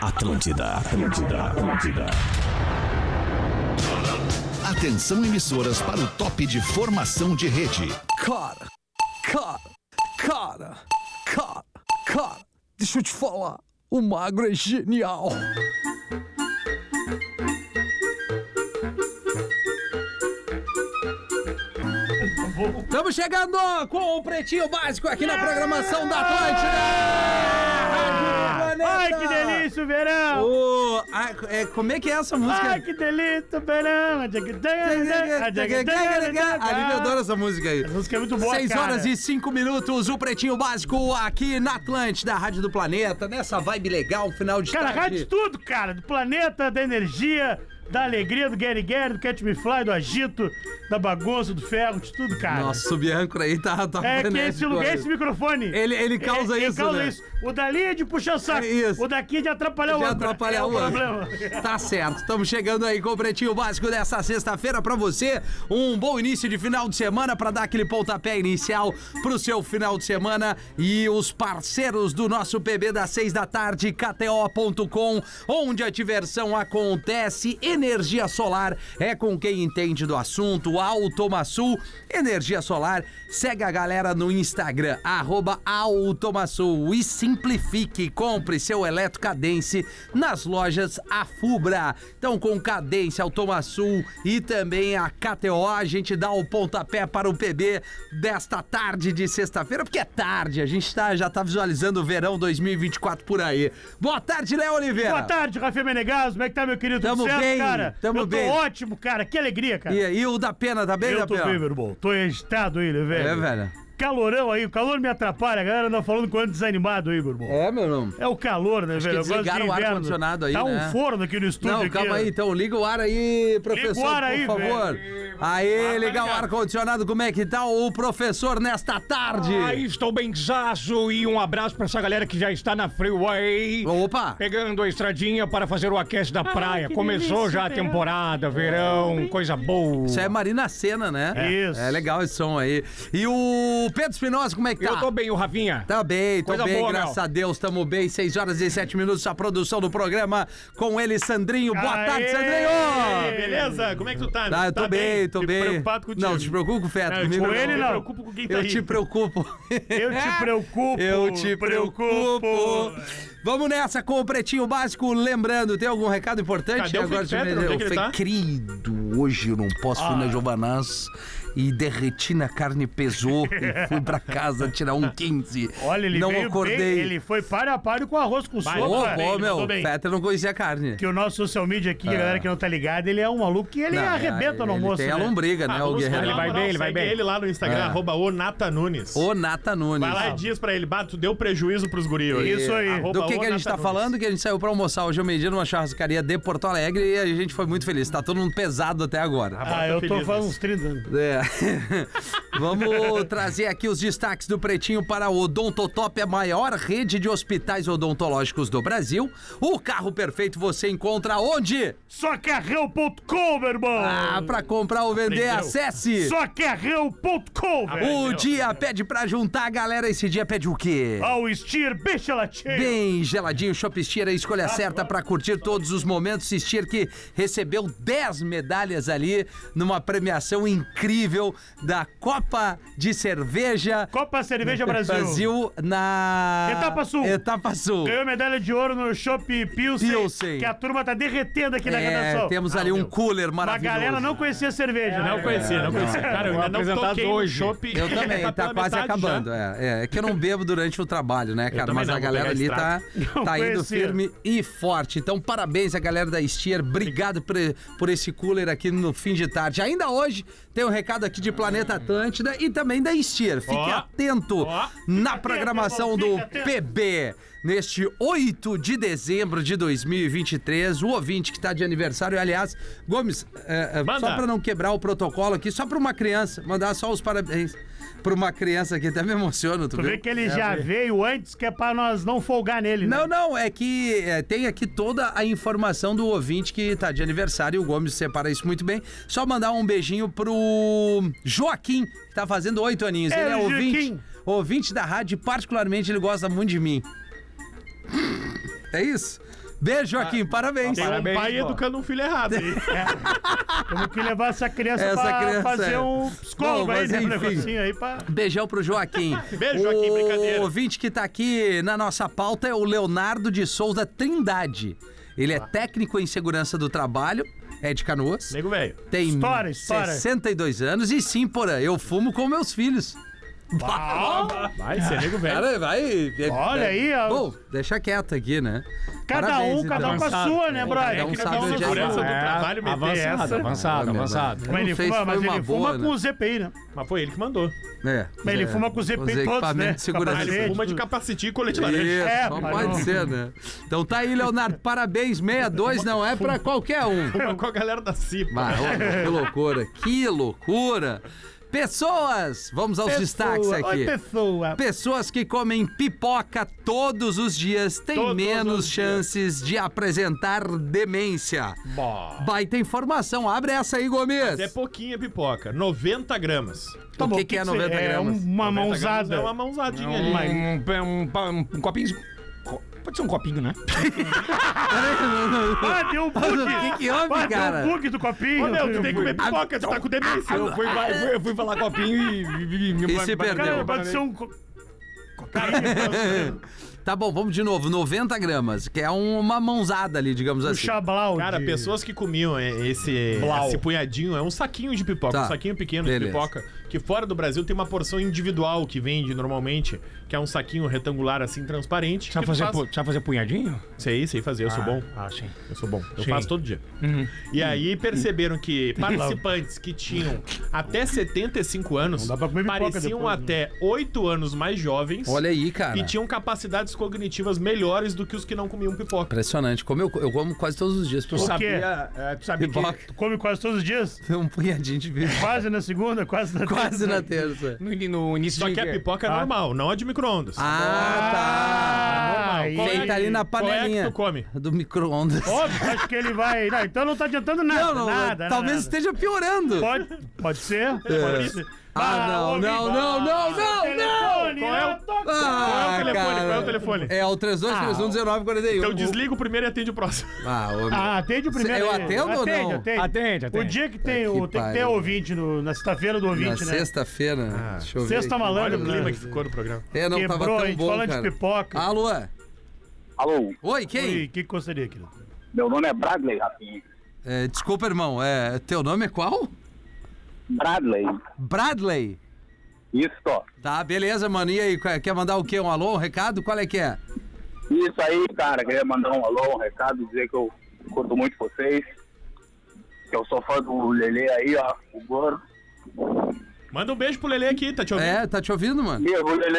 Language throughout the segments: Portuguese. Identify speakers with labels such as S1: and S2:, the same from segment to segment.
S1: Atlântida, Atlântida, Atlântida.
S2: Atenção emissoras para o top de formação de rede.
S3: Cara, cara, cara, cara, cara, deixa eu te falar, o magro é genial. Estamos chegando com o Pretinho Básico aqui na programação da né? Atlântida! Rádio
S4: Ai,
S3: Planeta.
S4: que delícia o verão!
S3: Ô, ah, é, como é que é essa música?
S4: Ai, que delícia o verão! A
S3: Ali eu adoro essa música aí.
S4: Essa música é muito boa,
S3: 6 horas
S4: cara.
S3: e 5 minutos, o Pretinho Básico aqui na Atlântida, Rádio do Planeta, nessa vibe legal, final de
S4: Cara,
S3: tarde.
S4: rádio de tudo, cara. Do planeta, da energia, da alegria, do Gary Gary, do Catch Me Fly, do agito, da bagunça, do ferro, de tudo, cara.
S3: Nossa, o Bianco aí tá, tá
S4: É que esse
S3: frenético,
S4: lugar,
S3: olha.
S4: esse microfone. é,
S3: Ele- ele causa isso, né?
S4: O dali é de puxar saco.
S3: É isso.
S4: O daqui é de atrapalhar o
S3: Já
S4: outro.
S3: atrapalhar
S4: é
S3: o outro.
S4: problema.
S3: Tá certo. Estamos chegando aí com o Pretinho Básico dessa sexta-feira pra você. Um bom início de final de semana pra dar aquele pontapé inicial pro seu final de semana e os parceiros do nosso PB das seis da tarde, KTO.com, onde a diversão acontece. Energia solar é com quem entende do assunto. Automaçul, energia solar. Segue a galera no Instagram, arroba Automaçul e simplifique. Compre seu eletro Cadense nas lojas Afubra. Então, com Cadência, Automaçul e também a KTO, a gente dá o pontapé para o PB desta tarde de sexta-feira, porque é tarde, a gente tá, já tá visualizando o verão 2024 por aí. Boa tarde, Léo Oliveira.
S4: Boa tarde, Rafael Menegas. Como é que tá, meu querido?
S3: É. Tamo
S4: Tudo certo,
S3: bem,
S4: cara?
S3: tamo
S4: Eu tô
S3: bem.
S4: ótimo, cara. Que alegria, cara.
S3: E, e o da Pena, tá bem,
S4: Eu
S3: da
S4: tô
S3: Pena?
S4: bem, meu irmão. Tô agitado aí, né, velho?
S3: É, velho.
S4: Calorão aí, o calor me atrapalha, a galera anda falando com ele desanimado aí, meu irmão. É.
S3: É, meu irmão.
S4: o calor, né, velho? Eu gosto de
S3: desligaram o
S4: inverno.
S3: ar-condicionado aí,
S4: Tá
S3: né?
S4: um forno aqui no estúdio.
S3: Não,
S4: aqui,
S3: calma
S4: né?
S3: aí, então liga o ar aí, professor,
S4: ar
S3: por
S4: aí,
S3: favor. Aí, ligar o ar condicionado, como é que tá o professor nesta tarde?
S5: Aí estou bem zaço e um abraço pra essa galera que já está na freeway.
S3: Opa!
S5: Pegando a estradinha para fazer o aquece da praia.
S6: Ah, que
S5: Começou
S6: delícia,
S5: já a
S6: verão.
S5: temporada, verão, coisa boa.
S3: Isso é Marina Senna, né?
S4: É. Isso.
S3: É legal esse som aí. E o Pedro Espinosa, como é que tá?
S5: Eu tô bem, o Ravinha.
S3: Tá bem, tô
S5: Coisa
S3: bem,
S5: boa,
S3: graças
S5: Mel.
S3: a Deus, tamo bem. 6 horas e 7 minutos, a produção do programa com ele, Sandrinho. Boa
S4: Aê!
S3: tarde, Sandrinho!
S7: Beleza? Como é que tu tá?
S3: Tá, eu tô
S7: Tá
S3: bem, tô
S7: Fico
S3: bem.
S7: preocupado contigo.
S3: É, Não, te preocupo com o Feto.
S7: Não, eu
S3: comigo
S7: te-
S4: Com ele,
S7: eu
S4: não.
S7: me preocupo com quem tá
S3: Eu
S7: aí.
S3: te preocupo.
S4: Eu te preocupo,
S3: Eu te
S4: preocupo.
S3: preocupo. Vamos nessa com o Pretinho Básico. Lembrando, tem algum recado importante?
S7: Cadê o Felipe
S3: deixa eu
S7: Fetter?
S3: ver.
S7: Onde é que
S3: Eu
S7: ele
S3: falei,
S7: tá?
S3: Querido, hoje eu não posso ir
S4: Ah.
S3: na Giovanaz e derreti na carne pesou e fui pra casa tirar um 15.
S4: Olha, ele
S3: Não
S4: veio
S3: acordei.
S4: bem, ele foi para a páreo com arroz com
S3: Ô,
S4: sopa,
S3: ô,
S4: cara. Ele
S3: meu,
S4: mandou bem.
S3: Peter não conhecia a carne.
S4: Que o nosso social media aqui, a galera que não tá ligada, ele é um maluco que ele
S3: Não, é,
S4: arrebenta
S3: ele
S4: no almoço,
S3: Tem a
S4: né?
S3: lombriga, né?
S7: Ah,
S3: o
S7: vamos
S3: guerreiro.
S7: falar,
S5: Ele vai
S7: na
S5: bem,
S7: moral,
S5: ele vai
S7: segue
S5: bem.
S7: ele lá no Instagram,
S3: É.
S7: arroba o Nata Nunes.
S3: Ô, Nata Nunes.
S7: Vai lá e diz pra ele, Bato, deu prejuízo pros guri hoje.
S4: Isso aí.
S7: Arroba
S3: Do que,
S7: o
S3: que a gente
S7: Nata
S3: tá
S7: Nunes.
S3: falando? Que a gente saiu pra almoçar hoje ao meio-dia numa churrascaria de Porto Alegre e a gente foi muito feliz. Tá todo mundo pesado até agora.
S7: Tá
S4: Ah, eu tô falando uns 30 anos.
S3: É. Vamos trazer aqui os destaques do Pretinho para o Odontotop, a maior rede de hospitais odontológicos do Brasil. O carro perfeito você encontra onde?
S4: Socarrão.com, meu irmão!
S3: Ah, pra comprar ou vender, acesse!
S7: Ah,
S4: Socarrão.com, velho!
S3: O dia pede pra juntar, galera. Esse dia pede o quê?
S4: Ao Steer, bicha latinha!
S3: Bem geladinho, Shop Steer, a escolha certa para curtir todos os momentos. Steer que recebeu 10 medalhas ali numa premiação incrível da Copa de Cerveja
S4: Copa Cerveja Brasil.
S3: Brasil na
S4: Etapa Sul.
S3: Etapa Sul.
S4: Ganhou medalha de ouro no Shop Pilsen,
S3: Pilsen.
S4: que a turma tá derretendo aqui na
S3: É,
S4: redação. Ah,
S3: temos ali um cooler
S4: Uma
S3: maravilhoso.
S4: galera não conhecia cerveja, né?
S7: Ah, É, Não conhecia, não conhecia. Cara, eu
S5: Tá, Vou
S7: ainda não
S5: apresentar
S7: toquei
S5: hoje.
S7: no shopping.
S3: Eu também, tá,
S7: pela
S3: quase
S7: metade
S3: acabando.
S7: já.
S3: É, é, é que eu não bebo durante o trabalho, né, cara?
S7: também
S3: Mas
S7: não,
S3: a
S7: vou
S3: galera ali
S7: pegar
S3: tá,
S4: Não
S3: tá indo
S4: conhecia.
S3: firme e forte. Então, parabéns à galera da Steer. Obrigado por, por esse cooler aqui no fim de tarde. Ainda hoje tem um recado aqui de Planeta Atlântida e também da Steer. Fique
S7: Ó.
S3: atento
S7: Ó.
S3: na programação do
S4: fica atento.
S3: PB. Neste 8 de dezembro de 2023, o ouvinte que tá de aniversário, aliás, Gomes, é, é, só
S7: Manda.
S3: pra não quebrar o protocolo aqui, só pra uma criança, mandar só os parabéns pra uma criança aqui, até me emociona, tu,
S4: Tu
S3: viu? É.
S4: vê que
S7: É,
S4: ele já veio antes, que é pra nós não folgar nele, né?
S3: Não, não, é que é, tem aqui toda a informação do ouvinte que tá de aniversário, e o Gomes separa isso muito bem. Só mandar um beijinho pro Joaquim, que tá fazendo oito aninhos.
S4: É,
S3: ele é
S4: o
S3: ouvinte,
S4: Joaquim.
S3: ouvinte da rádio, e particularmente ele gosta muito de mim. É isso? Beijo, Joaquim.
S4: Ah,
S3: Parabéns.
S7: Tem um
S5: Parabéns,
S7: pai
S5: pô.
S7: educando um filho errado. aí.
S4: Temos que levar essa criança
S3: Essa
S4: pra
S3: criança,
S4: fazer
S3: é.
S4: um psicólogo
S3: Bom,
S4: aí,
S3: mas
S4: né? Um
S3: enfim.
S4: negocinho aí pra.
S3: Beijão pro Joaquim.
S7: Beijo, Joaquim, brincadeira.
S3: O ouvinte que tá aqui na nossa pauta é o Leonardo de Souza Trindade. Ele
S4: Ah.
S3: é técnico em segurança do trabalho, é de Canoas.
S7: Nego velho.
S3: Tem
S4: Estoura, estoura.
S3: 62 anos e sim, porra, eu fumo com meus filhos.
S7: Vai ser nego velho.
S3: Cara, vai. é-
S4: Olha
S3: é-
S4: aí, ó.
S3: Bom, deixa quieto aqui, né?
S4: Cada
S3: Parabéns,
S4: um, cada
S3: então.
S4: um com a
S5: Avançado.
S4: sua, né,
S5: Cada
S4: brother?
S3: um
S4: É que
S3: sabe
S4: não
S3: onde é que
S4: segurança
S7: do
S4: do-
S7: trabalho meter
S5: avançado,
S7: essa.
S5: avançado, avançado.
S3: Eu não
S4: Mas ele
S3: sei se
S4: fuma,
S3: foi
S4: mas
S3: uma
S4: ele
S3: boa,
S4: fuma
S3: né?
S4: com o ZPI, né?
S7: Mas foi ele que mandou.
S3: É.
S4: Mas ele
S3: é,
S4: fuma com os EP todos,
S3: equipamentos
S4: né?
S3: de segurança.
S7: Ah, ele
S4: Capacete.
S7: fuma de capacete e colete laranja.
S3: Isso,
S4: É,
S3: só
S4: mas
S3: pode
S4: não-
S3: ser, né? Então tá aí, Leonardo. Parabéns, 62 não é pra qualquer um.
S7: Fuma É com a galera da CIPA.
S3: Mas, ô, que loucura, que loucura. Pessoas, vamos aos destaques
S4: Pessoa.
S3: aqui.
S4: Oi, pessoa.
S3: Pessoas que comem pipoca todos os dias têm
S7: Todos
S3: menos
S7: os dias.
S3: chances de apresentar demência.
S7: Bah.
S3: Baita informação, abre essa aí, Gomes.
S7: É pouquinha pipoca. 90 gramas.
S3: o
S4: bom,
S3: que, que é 90 gramas?
S4: É uma
S7: 90 gramas
S4: mãozada.
S7: É uma mãozadinha ali.
S5: Um, um- um- um copinho. de- co- Pode ser um copinho, né?
S4: Ah, deu um bug!
S3: O que que houve,
S4: Ah,
S3: cara?
S4: Deu um bug do copinho.
S7: Ô, meu, tu tem que comer pipoca, tu tá com demência.
S4: Ah,
S5: Eu fui, fa- eu fui- eu fui falar copinho e. e- e-
S3: E se
S5: ba-
S3: perdeu.
S4: Cara,
S5: ba-
S4: pode ser um... co-
S3: Tá bom, vamos de novo. 90 gramas, que é um- uma mãozada ali, digamos
S4: Um
S3: assim.
S4: chablau
S7: Cara,
S4: de-
S7: pessoas que comiam e- esse,
S5: Blau.
S7: esse punhadinho, é um saquinho de pipoca,
S3: Tá.
S7: um saquinho pequeno
S3: Beleza.
S7: de pipoca, que fora do Brasil tem uma porção individual que vende normalmente, que é um saquinho retangular assim, transparente. que
S5: Sabe
S7: tu
S5: fazer,
S7: faz-
S5: pu- sabe fazer punhadinho?
S7: Sei, sei fazer, eu sou bom.
S5: Ah, sim.
S7: Eu sou bom. Eu
S5: Sim.
S7: faço todo dia.
S4: Uhum.
S7: E aí perceberam que participantes que tinham até 75 anos
S4: dá pra comer pipoca
S7: pareciam
S4: depois, né?
S7: até 8 anos mais jovens
S3: Olha aí, cara.
S7: e tinham capacidades cognitivas melhores do que os que não comiam pipoca.
S3: Impressionante. Como eu, eu como quase todos os dias.
S5: Tu
S3: pipoca.
S5: sabia. é, tu sabia que
S3: Pipoca.
S4: Tu come quase todos os dias?
S3: Um punhadinho de pipoca.
S4: Quase na segunda, quase na
S3: Quase na terça.
S5: no, in- no início
S7: Só
S5: de-
S7: que a pipoca é normal, não a de micro-ondas.
S3: Ah,
S4: Ah,
S3: tá.
S4: aí-
S3: Feita ali na
S7: Qual é que
S3: panelinha
S7: tu come?
S3: do micro-ondas.
S4: Óbvio, acho que ele vai... Não, então não tá adiantando nada,
S3: Não, não,
S4: nada.
S3: talvez
S4: nada.
S3: esteja piorando.
S4: Pode, pode ser. Pode ser.
S3: Ah, não,
S4: ouvi-
S3: não, não, não, não,
S4: ah, Telefone,
S7: não!
S4: eu tô-
S7: Qual é
S3: Ah,
S7: o telefone? Qual é
S3: cara.
S7: o telefone?
S3: É o 32311941.
S7: Então desliga o primeiro e atende o próximo.
S3: Ah, ô, meu.
S4: Ah, atende o primeiro.
S3: Eu
S4: aí.
S3: atendo ou
S4: Atende,
S3: não?
S4: atende.
S5: Atende,
S4: O
S5: atende.
S4: dia que tem, o,
S3: que
S4: tem que ter
S3: pariu.
S4: ouvinte, no- na sexta-feira do
S3: Na
S4: ouvinte, né?
S3: sexta-feira. deixa eu ver
S4: Sexta
S3: aqui.
S7: Olha
S4: malandro, né?
S7: o clima que ficou no programa.
S3: É, não
S4: quebrou,
S3: tava
S4: a
S3: tão
S4: gente
S3: bom,
S4: falando
S3: cara.
S4: de pipoca.
S3: Alô?
S6: Alô,
S3: Oi, quem?
S4: Oi, o que que gostaria, querido?
S6: meu nome é Bradley, Rafinha.
S3: É, desculpa, irmão. É, teu nome é qual?
S6: Bradley.
S3: Bradley.
S6: Isso, ó.
S3: Tá, beleza, mano. E aí, quer quer mandar o quê? Um alô, um recado? Qual é que é?
S6: Isso aí, cara. Queria mandar um alô, um recado, dizer que eu curto muito vocês. Que eu sou fã do Lele aí, ó. O gordo.
S7: Manda um beijo pro Lelê aqui, tá te ouvindo?
S3: É, tá te ouvindo, mano?
S6: E o Lele.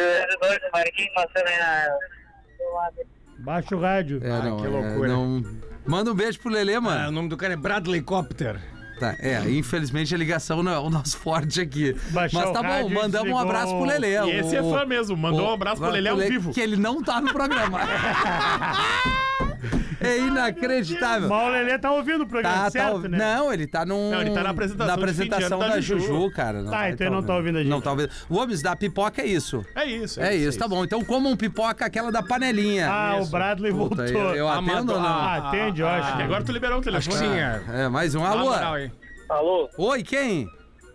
S4: Baixa o rádio.
S7: Ah,
S3: É, não,
S5: que
S3: é,
S5: loucura.
S3: não- Manda um beijo pro Lelê,
S5: Ah, o
S3: mano.
S5: nome do cara é Bradley Copter.
S3: Tá, é, infelizmente a ligação não é o nosso forte aqui.
S4: Baixar
S3: Mas tá
S4: o rádio
S3: bom,
S4: e
S3: mandamos um
S4: desligou.
S3: abraço pro Lelê.
S7: E esse é
S3: o-
S7: fã mesmo, mandou
S3: o-
S7: um abraço pro Lelê ao vivo.
S3: Que ele não tá no programa. é inacreditável.
S4: Mas o Lelê tá ouvindo o programa,
S3: Tá, tá,
S4: certo, né?
S3: Não, ele tá num.
S7: Não, ele tá na apresentação de fim de
S3: apresentação
S7: ano da
S3: da Juju,
S7: Juju.
S3: cara.
S4: Tá, então ele não tá ouvindo a gente.
S3: Não tá ouvindo. O Gomes da pipoca é isso.
S7: É isso.
S3: É isso, tá
S7: é
S3: bom. Então comam pipoca aquela da panelinha.
S4: Ah, o
S3: Isso.
S4: Bradley
S3: Puta,
S4: voltou.
S3: Eu, eu atendo ou não?
S4: Ah, atende, eu acho.
S7: E agora tu liberou o
S5: Acho que é
S7: telefone.
S5: sim,
S7: Ah,
S5: é.
S3: É, mais um. Alô?
S6: Alô?
S3: Oi, quem?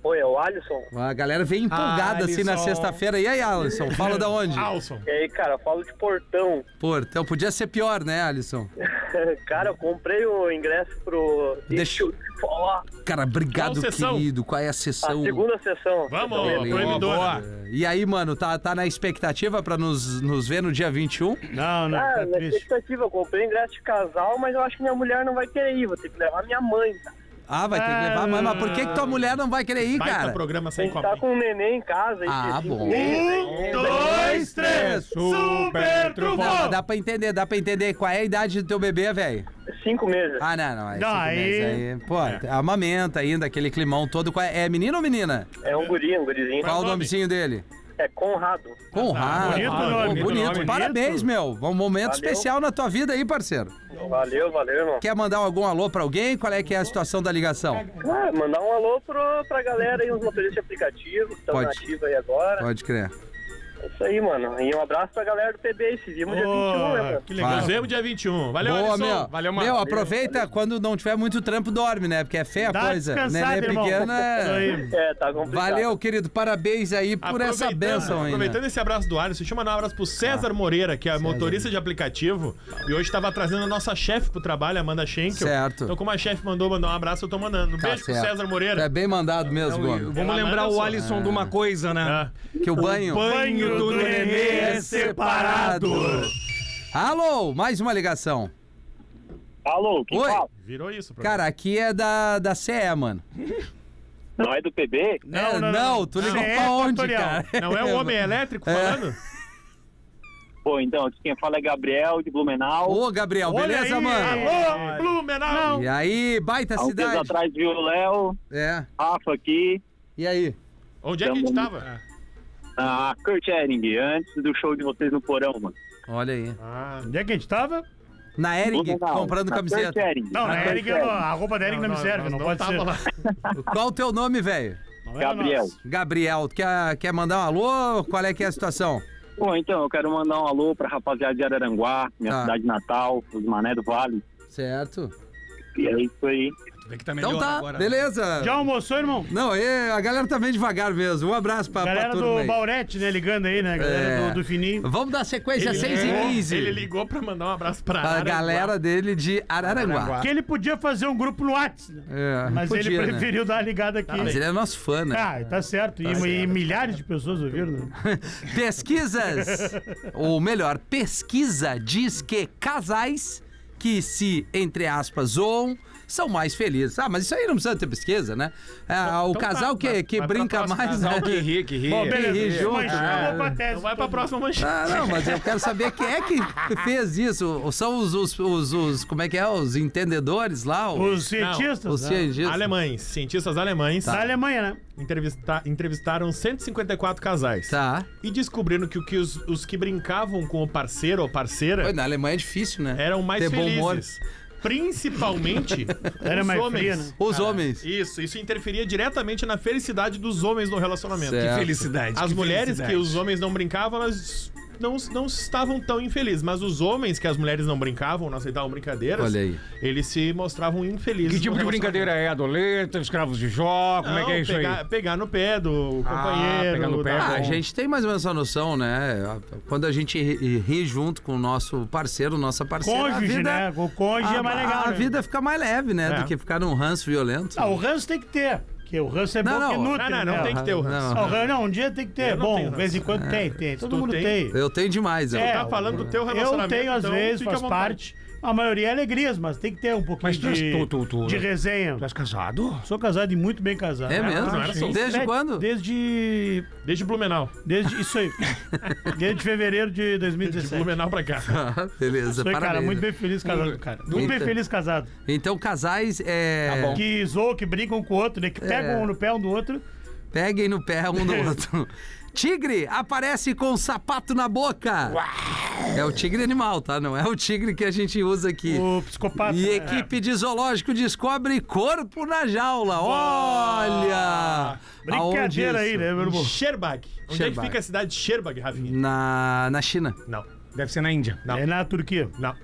S6: Oi, é o Alisson.
S3: A galera vem empolgada assim na
S5: Alisson.
S3: sexta-feira. E aí, Alisson? Fala da onde?
S7: Alson.
S6: E aí, cara, eu falo de portão.
S3: Pô, então podia ser pior, né, Alisson?
S6: cara, eu comprei o ingresso pro.
S3: Deixa eu
S6: te falar.
S3: Cara, obrigado,
S7: Qual sessão?
S3: querido. Qual é a sessão?
S6: sessão.
S7: Vamos,
S3: Beleza.
S7: proibidora.
S3: É, E aí, mano, tá, tá na expectativa pra nos, nos ver no dia 21?
S4: Não, não,
S6: Ah,
S4: tá
S6: na
S4: triste.
S6: expectativa, eu comprei ingresso de casal, mas eu acho que minha mulher não vai querer ir, vou ter que levar minha mãe. Tá?
S3: Ah, vai ter que levar. Mas, mas por que, que tua mulher não vai querer ir,
S7: Baita
S3: cara?
S7: programa sem
S6: tá
S7: copinha.
S6: com o neném em casa. aí,
S3: assim? Ah,
S6: tem cinco
S3: bom.
S6: meses, aí.
S3: um,
S4: Dois, três, super
S3: Não, mas
S4: trufão!
S3: dá pra entender, dá pra entender qual é a idade do teu bebê, velho.
S6: Cinco meses.
S3: Ah, não, não. É
S4: Não,
S3: cinco
S4: aí-
S3: meses, Pô, amamenta ainda, aquele climão todo. Qual é, é menino ou menina?
S6: É um guri, um gurizinho.
S3: Qual o
S7: nome?
S3: nomezinho dele?
S6: É Conrado.
S3: Conrado.
S4: bonito
S3: Ah,
S4: nome,
S3: bonito.
S4: bonito nome.
S3: Parabéns, meu. Um momento
S6: Valeu.
S3: especial na tua vida aí, parceiro.
S6: Valeu, valeu, irmão.
S3: Quer mandar algum alô pra alguém? Qual é que é a situação da ligação?
S6: Ah, mandar um alô pro, pra galera aí, os motoristas de aplicativo que estão
S3: Pode.
S6: na ativa aí agora.
S3: Pode crer.
S6: É isso aí, mano. E um abraço pra galera do PB. Se vimos dia 21, né,
S7: Pô,
S6: mano?
S7: que legal.
S3: Vai.
S7: Nos vemos dia 21. Valeu,
S3: Boa,
S7: Alisson.
S3: meu.
S5: Valeu, mano.
S3: meu, aproveita quando não tiver muito trampo, dorme, né? Porque é feia a
S4: Dá
S3: coisa.
S4: descansada,
S3: Neném
S4: irmão.
S3: pequena
S4: Isso
S3: é...
S4: aí.
S6: É, tá complicado.
S3: Valeu, querido. Parabéns aí por essa
S7: Aproveitando-
S3: benção né? Ah, ainda.
S7: Aproveitando esse abraço do Alisson, deixa eu mandar um abraço pro César Moreira, que é motorista de aplicativo. E hoje tava trazendo a nossa chefe pro trabalho, Amanda Schenkel.
S3: Certo.
S7: Então, como a chefe mandou mandar um abraço, eu tô mandando. Um
S3: Tá
S7: beijo
S3: certo.
S7: pro César Moreira.
S3: É bem mandado mesmo, Gomes.
S5: Vamos
S7: Ela
S5: lembrar
S7: manda
S5: o
S7: só.
S5: Alisson de uma coisa, né?
S7: Ah,
S3: Que o banho.
S5: Banho do Nenê é separado.
S3: Alô, mais uma ligação.
S6: Alô, quem
S3: Oi.
S6: fala?
S7: virou isso, pro-
S3: Cara, aqui é da, da CE, mano.
S6: Não é do PB?
S4: Não,
S3: É,
S4: não, não, não.
S3: tu ligou
S4: Não. É
S3: pra onde,
S4: equatorial.
S3: cara?
S7: Não é o homem elétrico
S3: É.
S7: falando?
S6: Pô, então, aqui quem fala é Gabriel de Blumenau.
S3: Ô, Gabriel,
S4: Olha
S3: beleza,
S4: aí,
S3: mano?
S4: É,
S7: Alô, Blumenau!
S3: E aí, baita
S6: Há uns dias
S3: cidade.
S6: atrás viu o Léo,
S3: É.
S6: Rafa aqui,
S3: E aí?
S7: Onde é que a gente tava?
S6: Ah, a Kurt Hering, antes do show de vocês no porão, mano.
S3: Olha aí.
S7: Ah,
S4: Onde é que a gente tava?
S3: Na Eric,
S6: Blumenau,
S3: comprando
S6: na Kurt
S3: camiseta.
S6: Hering.
S4: Ah, Não,
S7: né,
S6: Na
S4: na
S6: Kurt
S4: Eric,
S6: Hering.
S4: a roupa da Eric não, me serve, não, pode ser.
S7: lá.
S3: Qual o teu nome, velho?
S4: Não é era
S6: Gabriel.
S4: nossa.
S3: Gabriel, tu quer, quer mandar um alô? Qual é que é a situação?
S6: Bom, então, eu quero mandar um alô pra rapaziada de Araranguá, minha
S3: Tá.
S6: cidade natal, os Mané do Vale.
S3: Certo.
S6: E é isso aí.
S5: Vê que tá melhor
S3: Então tá,
S5: agora.
S3: beleza.
S4: Já almoçou, irmão?
S3: Não, e a galera tá bem devagar mesmo. Um abraço pra, pra
S4: Galera
S3: turma
S4: do
S3: aí.
S4: Baurete, né, ligando aí, né? Galera
S3: É.
S4: do, do Fininho.
S3: Vamos dar sequência às 6 e
S7: ligou-
S3: 15
S7: Ele ligou pra mandar um abraço pra
S3: A
S7: Araranguá.
S3: galera dele de Araranguá.
S4: Que ele podia fazer um grupo no WhatsApp, né?
S3: É,
S4: Mas
S3: podia,
S4: ele
S3: né?
S4: preferiu dar uma ligada aqui.
S3: Mas ele é nosso fã, né?
S4: Ah, tá certo. E, e milhares de pessoas ouviram, né?
S3: Pesquisas, ou melhor, pesquisa diz que casais que se, entre aspas, zoam, são mais felizes. Ah, mas isso aí não precisa ter pesquisa, né? Ah, o
S7: Então tá,
S3: casal que,
S7: mas-
S3: que
S7: mas pra
S3: brinca
S7: próxima,
S3: mais, né?
S5: Casal que ri, que ri.
S4: Bom, beleza.
S3: junto, né?
S4: Mas acabou com a tese.
S7: Então vai pra
S4: toda.
S7: próxima manchete.
S3: Ah, não, mas eu quero saber quem é que fez isso. São os, os, os, os- como é que é, os entendedores lá, os,
S4: Os cientistas.
S3: os
S4: né?
S3: cientistas.
S7: Alemães, cientistas alemães
S3: Tá.
S4: Da Alemanha, né?
S7: entrevista- entrevistaram 154 casais
S3: Tá.
S7: e descobriram que, o que os, os que brincavam com o parceiro ou
S3: Pô,
S7: parceira
S3: na Alemanha é difícil, né?
S7: eram mais
S3: Ter bom humor.
S7: felizes. Principalmente
S4: Era
S7: os
S4: mais
S7: homens.
S4: fria, né?
S3: Os homens.
S7: Isso, isso interferia diretamente na felicidade dos homens no relacionamento.
S3: Certo.
S5: Felicidade.
S7: As
S5: que
S7: mulheres que
S5: felicidade.
S7: os homens não brincavam, elas não, não estavam tão infelizes. Mas os homens que as mulheres não brincavam, não aceitavam brincadeiras,
S3: Olha aí.
S7: eles se mostravam infelizes.
S5: Que tipo
S7: no
S5: de brincadeira é? Adoleta, escravos de Jó,
S7: relacionamento.
S5: como é que é isso
S7: Não,
S5: aí?
S7: pegar, Pegar no pé do
S5: Ah,
S7: companheiro.
S5: pegar no
S4: tá
S5: pé.
S7: da-
S3: Ah, a
S5: bom.
S3: gente tem mais ou menos essa noção, né? Quando a gente ri, ri junto com o nosso parceiro, nossa parceira. a
S4: Cônjuge,
S3: vida-
S4: né? O cônjuge
S3: a,
S4: é mais legal.
S3: a
S4: né?
S3: vida fica mais leve, né?
S7: É.
S3: Do que ficar num ranço violento.
S4: Ah, o ranço tem que ter. Porque o ranço é
S3: Não,
S4: bom
S3: não.
S4: que nutre.
S7: Não, não, não
S4: né?
S7: tem que ter o ranço.
S4: Ah, o ranço, não, um dia tem que ter.
S7: Eu não
S4: Bom,
S7: tenho
S4: de vez em quando tem, tem. Todo
S7: tu
S4: mundo
S7: tem?
S4: tem.
S3: Eu tenho demais, eu.
S4: É,
S7: Tá falando do teu
S4: Eu
S7: relacionamento.
S4: tenho, às
S7: então
S4: vezes,
S7: fica à
S4: faz
S7: vontade.
S4: parte. A maioria é alegrias, mas tem que ter um pouquinho
S5: Mas tu és
S4: de,
S5: tu, tu, tu.
S4: de resenha.
S5: Tu és casado?
S4: Sou casado e muito bem casado.
S3: É mesmo?
S7: não era solteiro.
S3: Desde
S4: Sete-
S3: quando?
S4: Desde.
S7: Desde Blumenau.
S4: Desde. Isso aí. Desde fevereiro de
S7: De
S4: 2017.
S7: Blumenau pra cá.
S3: Ah, Beleza,
S4: Sou,
S3: parabéns.
S4: cara, muito bem feliz casado, cara. Muito bem
S3: Eita.
S4: feliz casado.
S3: Então, casais, é,
S5: Tá bom.
S4: Que zoam, que brincam com o outro, né? Que pegam um no pé um do outro.
S3: peguem no pé um do outro. Tigre aparece com um sapato na boca. É o tigre animal, tá? Não é o tigre que a gente usa aqui.
S4: O psicopata.
S3: E
S4: né?
S3: equipe de zoológico descobre corpo na jaula. Olha!
S4: Brincadeira
S3: Aonde
S4: aí,
S3: isso?
S4: né, meu irmão?
S7: Sherbag. Onde é que
S3: Sherbag.
S7: fica a cidade de Sherbag,
S5: Hum.
S7: Rafinha?
S3: Na, na China.
S7: Não.
S5: Deve ser na Índia.
S7: Não.
S4: É na Turquia.
S7: Não.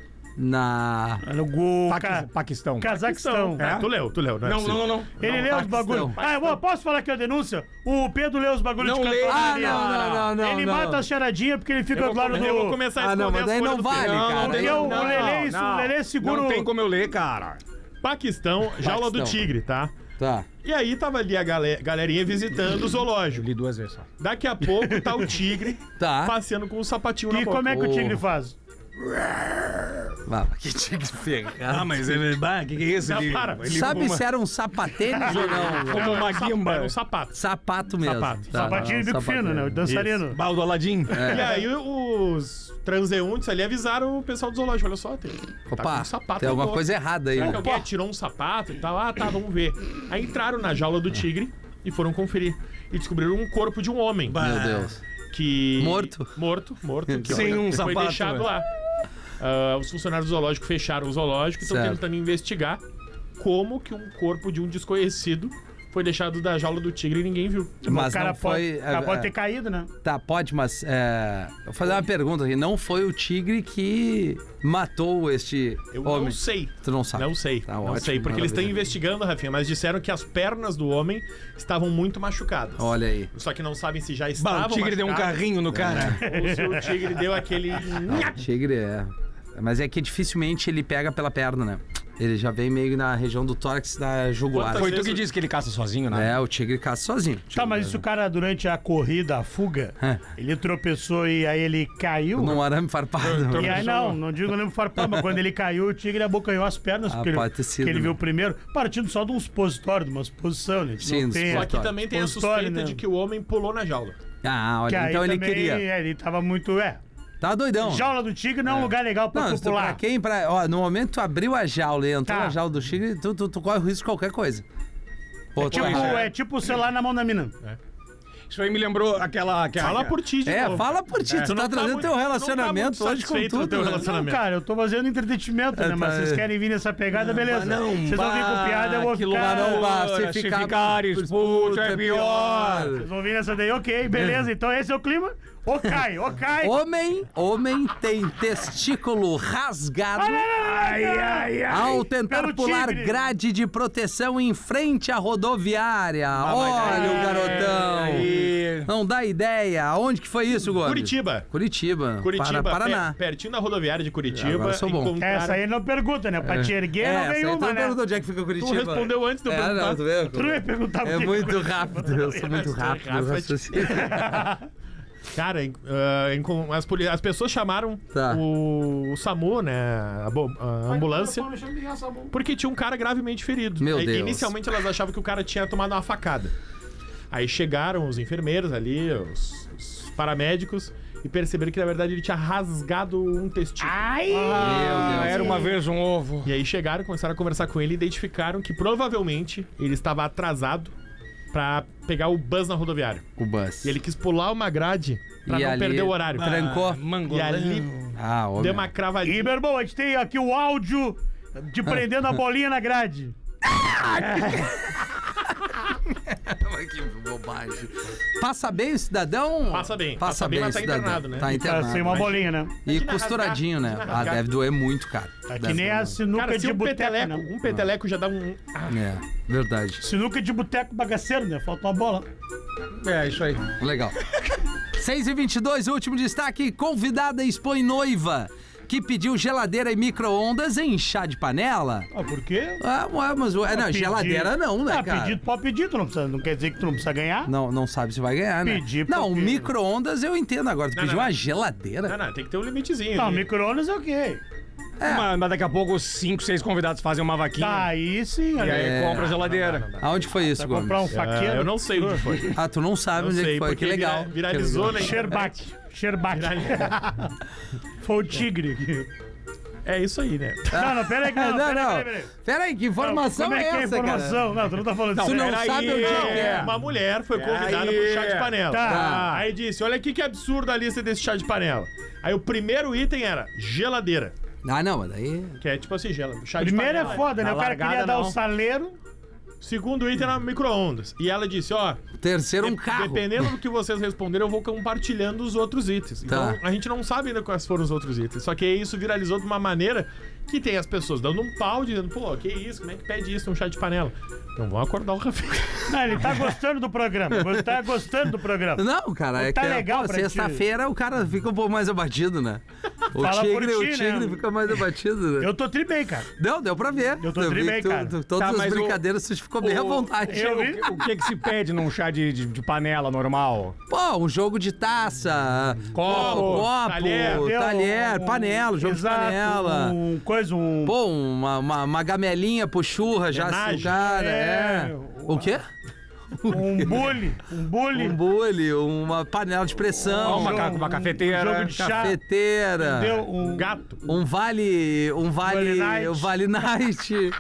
S3: Na.
S4: É no Go...
S5: Paqui-
S4: Ca...
S5: Paquistão.
S4: Cazaquistão.
S7: Ah, tu leu, tu leu. Não, é
S5: Não, não,
S7: possível.
S5: não, não.
S4: Ele lê os bagulhos. Ah, eu vou- posso falar que é a denúncia? O Pedro lê os bagulhos
S5: Não
S4: de
S5: leio.
S3: Ah,
S4: cantoria.
S3: não, não, não, não.
S4: Ele
S3: não.
S4: mata a charadinha porque ele fica
S5: Eu vou
S4: do lado do...
S5: comer-
S7: Eu vou começar a
S3: Ah,
S7: esconder
S3: não, mas
S7: as
S3: daí
S7: folhas
S3: não
S7: do
S3: vale,
S7: Pedro.
S3: cara.
S4: Porque
S3: Daí
S4: o
S3: não-
S4: Lelê, isso, o Lelê segura
S5: Não
S4: o-
S5: tem como eu ler, cara.
S7: Paquistão, jaula do
S3: Paquistão.
S7: tigre, tá?
S3: Tá.
S7: E aí tava ali a gale- galerinha visitando o
S5: Eu
S7: zoológico.
S5: li duas vezes só.
S7: Daqui a pouco tá o tigre
S3: Tá.
S7: passeando com o sapatinho na
S4: E
S7: boca.
S4: como é que o
S3: Oh.
S4: tigre faz?
S3: Vá, que tigre ferrado.
S5: Ah, mas ele. O que, que é isso?
S7: Não, para.
S3: Sabe
S5: uma-
S3: se era um sapatênis ou não?
S5: Como uma
S7: Era um sa-
S5: guimba.
S7: Era um sapato.
S3: Sapato mesmo. Tá,
S7: Sapato.
S4: Sapatinho e bico fino,
S3: é.
S4: né? O dançarino.
S5: Baldo Aladim.
S7: E aí os transeuntes ali avisaram o pessoal do zoológico. Olha só, tem, tá com
S3: Opa,
S7: um sapato
S3: tem
S7: na
S3: alguma
S7: boca.
S3: coisa errada aí.
S7: Será que
S3: né?
S7: alguém tirou um sapato e tal? Ah, tá, vamos ver. Aí entraram na jaula do tigre e foram conferir. E descobriram um corpo de um homem.
S3: Meu Deus.
S7: que
S3: Morto.
S7: morto morto que
S5: Sem
S7: foi,
S5: um
S7: que
S5: sapato,
S7: foi deixado
S5: né?
S7: lá Ah, os funcionários do zoológico fecharam o zoológico e estão
S3: Certo.
S7: tentando investigar como que um corpo de um desconhecido foi deixado da jaula do tigre e ninguém viu.
S3: Mas
S4: o cara
S3: não foi.
S4: pode, cara
S3: é,
S4: pode
S3: é,
S4: ter caído, né?
S3: Tá, pode, mas. É, vou fazer uma pergunta aqui. Não foi o tigre que matou este
S7: Eu
S3: homem?
S7: não sei.
S3: Tu não sabe.
S7: Não sei,
S3: Tá
S7: não
S3: ótimo,
S7: sei, porque eles estão
S3: maravilha.
S7: investigando, Rafinha, mas disseram que as pernas do homem estavam muito machucadas.
S3: Olha aí.
S7: Só que não sabem se já
S5: Bah,
S7: estavam
S5: o tigre deu um
S7: machucadas
S5: carrinho no cara.
S7: Ou se o tigre deu aquele...
S3: O tigre é. Mas é que dificilmente ele pega pela perna, né? Ele já vem meio na região do tórax da jugular.
S7: Quantas
S5: Foi tu que disse que ele caça sozinho, né?
S3: É, o tigre caça sozinho.
S4: Tá, mas e se o cara, durante a corrida, a fuga, ele tropeçou e aí ele caiu?
S3: Num arame farpado.
S4: E aí, não, não digo lembro farpar, mas quando ele caiu, o tigre abocanhou as pernas,
S3: Ah,
S4: porque, ele,
S3: pode ter sido,
S4: porque ele
S3: né?
S4: viu primeiro, partindo só de um supositório, de uma suposição, né?
S3: Sim,
S4: não
S3: do
S4: tem,
S7: Só
S3: supositório.
S7: que também tem a
S4: Consultório,
S7: suspeita
S4: né?
S7: de que o homem pulou na jaula.
S3: Ah,
S4: que
S3: olha.
S4: aí
S3: Então ele
S4: também,
S3: queria.
S4: é, Ele tava muito, é.
S3: Tá doidão.
S4: Jaula do tigre não é um lugar legal pra
S3: Não, tá
S4: tu
S3: se tu, pra
S4: pular.
S3: quem? Pra, ó, no momento tu abriu a jaula e entrou
S4: Tá.
S3: na jaula do tigre, tu, tu, tu corre o risco de qualquer coisa. Pô, tu-
S4: Tipo,
S5: Pois é.
S4: é tipo o celular na mão da mina.
S7: É.
S5: Isso aí me lembrou aquela. aquela
S7: Fala por ti, de
S3: É,
S7: novo.
S3: fala por ti.
S7: É.
S3: Tu tá
S7: não
S3: trazendo
S7: muito-
S3: teu
S7: não tá
S3: relacionamento
S7: muito
S3: hoje com
S7: satisfeito
S3: tudo,
S7: teu
S3: né?
S4: Não,
S7: relacionamento.
S4: cara, eu tô fazendo entretenimento,
S3: É,
S4: né? Mas
S3: tá,
S4: vocês
S3: é.
S4: querem vir nessa pegada, beleza.
S5: não,
S4: Vocês vão vir com
S5: bah,
S4: piada, eu vou
S5: que
S4: ficar...
S5: loucura.
S3: Ah, Não, vá, se
S5: Se
S3: ficar,
S5: ficar expulso, é pior.
S4: Vocês vão vir nessa daí, ok, beleza. Então esse é o clima. Ô, cai, ô, cai.
S3: Homem, homem tem testículo rasgado
S4: Ai, ai, ai.
S3: ao tentar
S4: Pelo
S3: pular
S4: tigre.
S3: grade de proteção em frente à rodoviária.
S5: mas
S3: Olha o garotão.
S5: aí.
S3: Não dá ideia. Onde que foi isso, Gomes?
S7: é. Curitiba.
S3: Curitiba.
S7: Curitiba, é.
S3: Para- Paraná.
S7: per- pertinho da rodoviária de Curitiba.
S3: Agora sou bom.
S4: Essa aí não pergunta, né? Pra te erguer, não
S3: É. essa aí
S4: vem
S3: tu
S4: uma,
S3: não
S4: né?
S3: perguntou onde é que fica Curitiba.
S7: respondeu antes tá? de eu
S3: é,
S7: perguntar.
S3: não, tu vê?
S4: Tu não ia perguntar
S3: É
S4: por que-
S3: muito rápido, eu sou muito
S7: Eu sou
S3: rápido.
S7: rápido.
S3: eu raciocino.
S7: Cara, em- ah, em com- as, poli- as pessoas chamaram
S3: Tá.
S7: o, o SAMU, né? A, bo- a ambulância. Porque tinha um cara gravemente ferido.
S3: Meu
S7: E-
S3: Deus.
S7: Inicialmente elas achavam que o cara tinha tomado uma facada. Aí chegaram os enfermeiros ali, os, os paramédicos, e perceberam que na verdade ele tinha rasgado um testículo.
S5: Ah, era uma vez um ovo.
S7: E aí chegaram, começaram a conversar com ele e identificaram que provavelmente ele estava atrasado pra pegar o bus na rodoviária.
S3: O bus.
S7: E ele quis pular uma grade pra
S3: E
S7: não
S3: ali-
S7: perder o horário.
S3: Trancou.
S7: E
S5: Mangolão.
S7: ali
S3: Ah, homem.
S7: deu uma cravadinha.
S4: E, meu irmão, a gente tem aqui o áudio de prendendo a bolinha na grade.
S3: que bobagem. Passa bem o cidadão?
S7: Passa bem,
S3: Passa,
S7: passa
S3: bem,
S7: bem,
S3: o
S7: mas tá
S3: cidadão.
S7: internado, né?
S3: Tá
S7: E
S4: Tá
S3: internado.
S4: sem uma bolinha, né?
S3: E
S7: na
S3: costuradinho, né?
S7: rasgada, na
S3: Ah,
S7: rasgada.
S3: deve doer muito, cara.
S4: Tá que
S3: Deve
S4: nem a
S3: doer.
S4: sinuca
S7: Cara, se
S4: de
S7: um
S4: boteco,
S7: peteleco,
S4: né?
S7: um peteleco já dá um. Ah,
S3: É, verdade.
S4: Sinuca de boteco bagaceiro, né? Falta uma bola.
S5: É, isso aí.
S3: Legal. 6 e 22 último destaque. Convidada expõe noiva que pediu geladeira e micro-ondas em chá de panela.
S4: Ah, por quê?
S3: Ah, ué, mas... ué, não,
S4: É Pedir-
S3: geladeira não, né,
S4: Ah,
S3: cara?
S4: pedido pode pedir, tu não precisa. Não quer dizer que tu não precisa ganhar?
S3: Não, não sabe se vai ganhar, né?
S4: Pedir pra
S3: não,
S4: ter.
S3: micro-ondas eu entendo agora. Tu
S7: Não,
S3: pediu
S7: não,
S3: uma
S7: não.
S3: geladeira?
S7: não, não, tem que ter um limitezinho.
S4: Não,
S7: ali.
S4: micro-ondas é ok.
S5: Mas, mas daqui a pouco os 5, 6 convidados fazem uma vaquinha.
S4: Tá, aí sim,
S5: E
S4: olha
S5: aí
S4: aí.
S3: É.
S5: compra a geladeira.
S3: Aonde foi isso,
S4: Vai
S3: Gomes?
S4: comprar um faqueiro.
S7: Ah, eu não sei onde foi.
S3: Ah, tu não sabe
S7: Não
S3: onde é
S7: sei,
S3: que foi.
S7: porque
S3: Que legal.
S7: vira- viralizou, né?
S4: Sherbach. Sherbach. Foi o tigre. aqui.
S7: É isso aí, né?
S4: Não, não, peraí, que
S3: Ah,
S4: não,
S3: não,
S4: peraí,
S3: não.
S4: peraí, peraí.
S3: Pera aí, que informação
S4: Como
S3: é,
S4: é que é a
S3: essa, cara?
S4: informação? Não, tu não tá falando
S3: Tu
S4: isso.
S3: não
S7: Peraí,
S3: sabe onde é que é.
S7: Uma mulher foi convidada
S5: Aí.
S7: pro chá de panela. Ah.
S4: Tá.
S7: Aí disse: Olha aqui que absurdo a lista desse chá de panela. Aí o primeiro item era geladeira.
S3: Ah, não, mas daí...
S7: Que é tipo assim, gela, chá
S4: Primeiro
S7: de panela.
S4: é foda, né?
S5: Na
S4: O cara
S5: largada,
S4: queria dar o
S5: não.
S4: saleiro.
S7: Segundo item era micro-ondas. E ela disse: Ó,
S3: Terceiro, um
S7: de-
S3: carro.
S7: dependendo do que vocês responderem, eu vou compartilhando os outros itens.
S3: Tá.
S7: Então a gente não sabe ainda quais foram os outros itens. Só que isso viralizou de uma maneira que tem as pessoas dando um pau, dizendo: Pô, que isso? Como é que pede isso num chá de panela? Não vão acordar o Rafinha.
S4: Não, ele tá gostando do programa. Ele tá gostando do programa.
S3: Não, cara, é
S4: Tá
S3: que
S4: legal
S3: pô,
S4: pra ti.
S3: sexta-feira o cara fica um pouco mais abatido, né? O
S4: Fala por
S3: tigre, o
S4: ti,
S3: tigre
S4: né?
S3: fica mais abatido, né?
S4: Eu tô tri bem, cara.
S3: Não, deu pra ver.
S4: Eu tô
S3: vi
S4: tri bem,
S3: que tu-
S4: cara.
S3: tu- todas
S5: Tá,
S3: as
S5: mas o-
S3: brincadeiras tu ficou bem à vontade.
S4: eu
S5: O
S4: vi.
S5: que- O que que se pede num chá de, de, de panela normal?
S3: Pô, um jogo de taça,
S5: Copo,
S3: copo,
S7: talher.
S3: É, talher,
S4: um-
S3: panela, jogo
S4: exato,
S3: de panela.
S4: Um coisa, um.
S3: Pô, uma, uma, uma gamelinha pro churra já
S7: Homenagem.
S3: assim, cara, é.
S4: É,
S3: O quê?
S4: Um bule. Um bule.
S3: Um bule, uma panela de pressão,
S5: Uma,
S3: uma
S5: ca- uma cafeteira.
S4: jogo de chá.
S3: cafeteira.
S4: Deu um
S7: Gato.
S3: Um vale. Um vale.
S4: Vale night.
S3: Um vale night.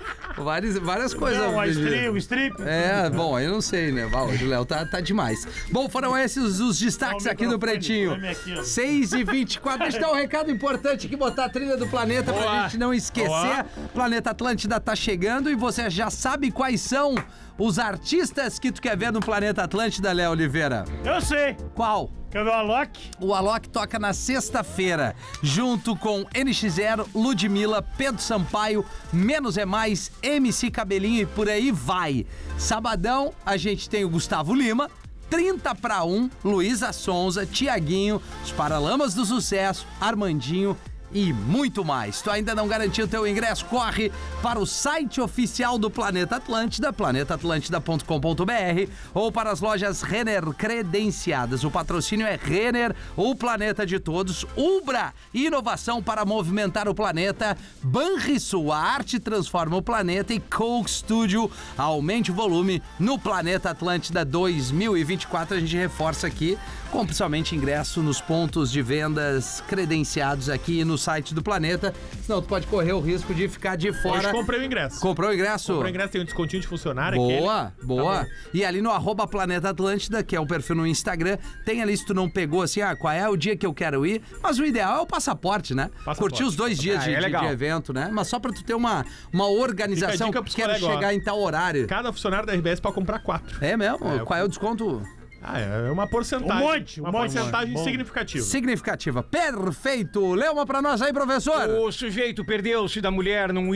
S3: Várias, várias coisas.
S4: Não, a
S3: de-
S4: strip, um strip.
S3: É, bom, aí eu não sei, né? Vai, hoje o Léo tá, tá demais. Bom, foram esses os destaques
S4: Dá o
S3: aqui do
S4: microfone,
S3: Pretinho.
S4: come aqui, ó.
S3: 6 e 24 Deixa eu dar um recado importante aqui, botar a trilha do planeta pra
S7: Boa.
S3: gente não esquecer.
S7: Boa.
S3: Planeta Atlântida tá chegando e você já sabe quais são os artistas que tu quer ver no Planeta Atlântida, Léo Oliveira.
S4: Eu sei.
S3: Qual?
S4: Quer ver o Alok?
S3: O Alok toca na sexta-feira, junto com NX0, Ludmilla, Pedro Sampaio, Menos é Mais, MC Cabelinho e por aí vai. Sabadão, a gente tem o Gustavo Lima, 30 para 1, Luísa Sonza, Tiaguinho, os Paralamas do Sucesso, Armandinho e muito mais. Tu ainda não garantiu teu ingresso? Corre para o site oficial do Planeta Atlântida, planetaatlântida.com.br ou para as lojas Renner credenciadas. O patrocínio é Renner, o planeta de todos, Ubra, inovação para movimentar o planeta, Banrisul, a arte transforma o planeta e Coke Studio, aumente o volume no Planeta Atlântida 2024. A gente reforça aqui, compre somente ingresso nos pontos de vendas credenciados aqui no site do Planeta, senão tu pode correr o risco de ficar de
S7: Hoje
S3: fora.
S7: comprei o ingresso.
S3: Comprou o ingresso?
S7: Comprei o ingresso, tem um descontinho de funcionário
S3: Boa,
S7: aquele.
S3: boa.
S7: Tá bom.
S3: e ali no arroba Planeta Atlântida, que é o perfil no Instagram, tem ali se tu não pegou assim, ah, qual é o dia que eu quero ir. Mas o ideal é o passaporte, né?
S7: Passaporte.
S3: Curtir os dois dias
S5: Ah,
S3: de,
S5: é
S3: de-
S5: legal.
S3: de evento, né? Mas só pra tu ter uma, uma
S7: Fica a
S3: organização,
S7: dica pros
S3: quero
S7: colegas, ó.
S3: chegar em tal horário.
S7: Cada funcionário da RBS pode comprar quatro.
S3: É mesmo?
S7: É, eu-
S3: qual é o desconto?
S7: Ah, é uma porcentagem.
S4: Um monte, um
S7: uma
S4: monte.
S7: porcentagem
S4: Bom.
S7: significativa.
S3: Significativa. Perfeito! Lê uma pra nós aí, professor!
S5: O sujeito perdeu-se da mulher num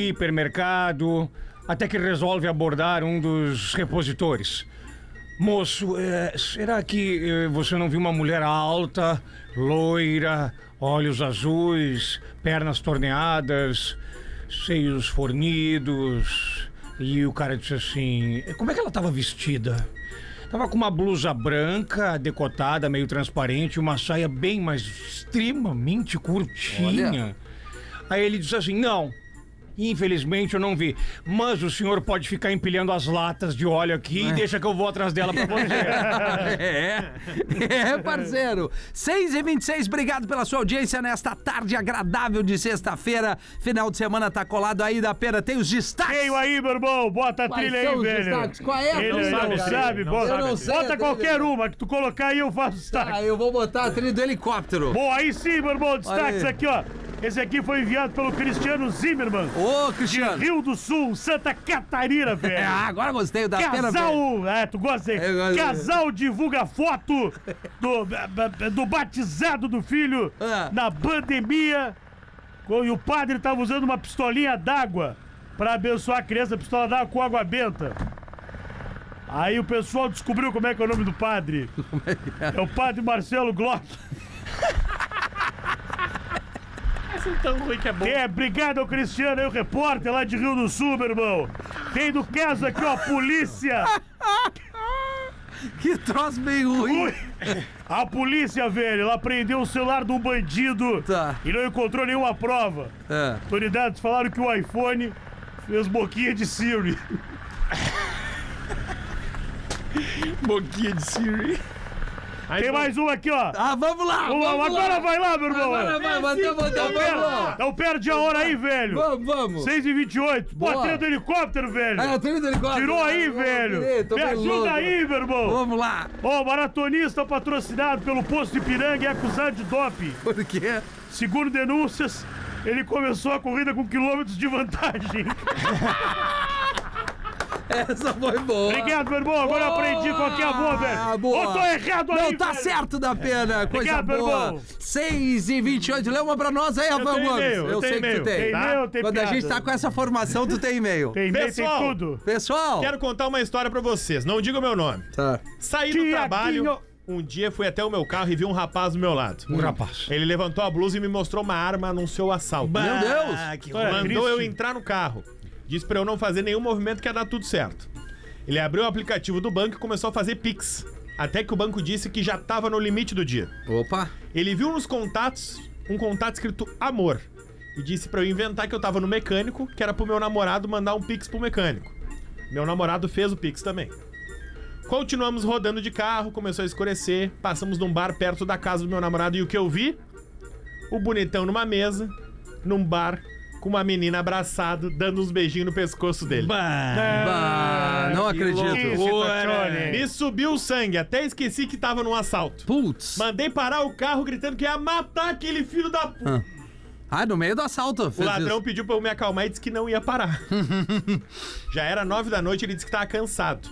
S5: hipermercado até que resolve abordar um dos repositores. Moço, eh, será que eh, você não viu uma mulher alta, loira, olhos azuis, pernas torneadas, seios fornidos? E o cara disse assim: como é que ela estava vestida? Tava com uma blusa branca, decotada, meio transparente, uma saia bem, mas extremamente curtinha.
S3: Olha.
S5: Aí ele disse assim: não. Infelizmente eu não vi, mas o senhor pode ficar empilhando as latas de óleo aqui e deixa que eu vou atrás dela pra você.
S3: É, é, parceiro. 6 e 26 obrigado pela sua audiência nesta tarde agradável de sexta-feira. Final de semana tá colado aí da pera. Tem os destaques.
S4: Veio aí, meu irmão. Bota a
S3: Quais
S4: trilha
S3: são
S4: aí,
S3: os
S4: velho.
S3: destaques? Qual é a
S4: Ele
S3: trilha?
S4: não
S7: Não
S4: sabe,
S7: sabe,
S4: bota.
S3: eu não sei a
S4: Bota
S3: trilha.
S4: qualquer um, uma que tu colocar aí, eu faço destaque.
S3: Ah, eu vou botar a trilha do helicóptero.
S4: Bom, aí sim, meu irmão, destaques
S3: Olha aí.
S4: aqui, ó. Esse aqui foi enviado pelo Cristiano Zimmermann,
S3: Ô, Cristiano.
S4: Rio do Sul, Santa Catarina, velho.
S3: É, agora gostei da pera. velho.
S4: Casal, é, tu gosta aí.
S3: Eu gosto.
S4: Casal divulga foto do, do batizado do filho
S3: Ah.
S4: na pandemia. E o padre tava usando uma pistolinha d'água pra abençoar a criança, pistola d'água com água benta. Aí o pessoal descobriu como é que é o nome do padre. É o padre Marcelo Glock.
S7: tão ruim que é bom.
S4: Tem, é, obrigado ao Cristiano aí, o repórter lá de Rio do Sul, meu irmão. Tem do caso aqui, ó, a polícia.
S3: Que troço bem ruim.
S4: Ui! A polícia, velho, ela prendeu o celular de um bandido
S3: Tá.
S4: e não encontrou nenhuma prova.
S3: É.
S4: Autoridades falaram que o iPhone fez boquinha de Siri.
S7: Boquinha de Siri.
S4: Tem mais um aqui, ó.
S3: Ah, vamos lá.
S4: Vamos lá, agora vai lá, meu irmão. É
S3: Agora vai, bateu, bateu,
S4: Não
S3: vamos
S4: per-
S3: lá.
S4: Não perde a hora aí, velho.
S3: Vamos, vamos.
S4: 6h28. Pô,
S3: Boa.
S4: trilha do helicóptero, velho.
S3: É, a trilha do helicóptero.
S4: Tirou aí,
S3: Eu
S4: velho.
S3: tirei, tô
S4: Me
S3: bem
S4: ajuda
S3: louco.
S4: aí, meu irmão.
S3: Vamos lá.
S4: Ó, maratonista patrocinado pelo posto de Piranga é acusado de doping.
S3: Por quê?
S4: Segundo denúncias, ele começou a corrida com quilômetros de vantagem.
S3: Essa foi boa.
S4: Obrigado, meu irmão. Agora eu aprendi qual que é a boa, velho.
S3: Ah, boa.
S4: Ou tô errado aí,
S3: Não, tá
S4: velho.
S3: certo da pena. Coisa
S4: Obrigado, meu
S3: boa.
S4: irmão.
S3: 6 e 28 Lê uma pra nós aí, Rafael
S4: tenho
S3: Gomes.
S4: e-mail, eu
S3: sei que
S4: tenho
S3: tu
S4: e-mail.
S3: tem.
S4: Tem e-mail, tem
S3: Quando a
S4: piada.
S3: gente tá com essa formação, tu tem e-mail.
S4: Tem e-mail, tem
S7: Pessoal,
S4: tudo.
S3: Pessoal.
S7: Quero contar uma história pra vocês. Não diga o meu nome.
S3: Tá.
S7: Saí do
S4: Tiaguinho.
S7: trabalho. Um dia fui até o meu carro e vi um rapaz do meu lado.
S5: Um rapaz.
S7: Ele levantou a blusa e me mostrou uma arma, anunciou o assalto.
S3: Meu Deus.
S5: que
S4: É,
S7: Mandou
S4: triste.
S7: eu entrar no carro. Disse pra eu não fazer nenhum movimento que ia dar tudo certo. Ele abriu o aplicativo do banco e começou a fazer pix. Até que o banco disse que já tava no limite do dia.
S3: Opa.
S7: Ele viu nos contatos um contato escrito amor e disse pra eu inventar que eu tava no mecânico, que era pro meu namorado mandar um pix pro mecânico. Meu namorado fez o pix também. Continuamos rodando de carro, começou a escurecer, passamos num bar perto da casa do meu namorado e o que eu vi? O bonitão numa mesa, num bar, com uma menina abraçado, dando uns beijinhos no pescoço dele.
S3: Ah, não acredito.
S4: né?
S7: Me subiu o sangue, até esqueci que tava num assalto.
S3: Putz.
S7: Mandei parar o carro gritando que ia matar aquele filho da puta.
S3: Ah, no meio do assalto.
S7: O
S3: fez
S7: ladrão
S3: isso.
S7: pediu pra eu me acalmar e disse que não ia parar. Já era nove da noite, ele disse que tava cansado.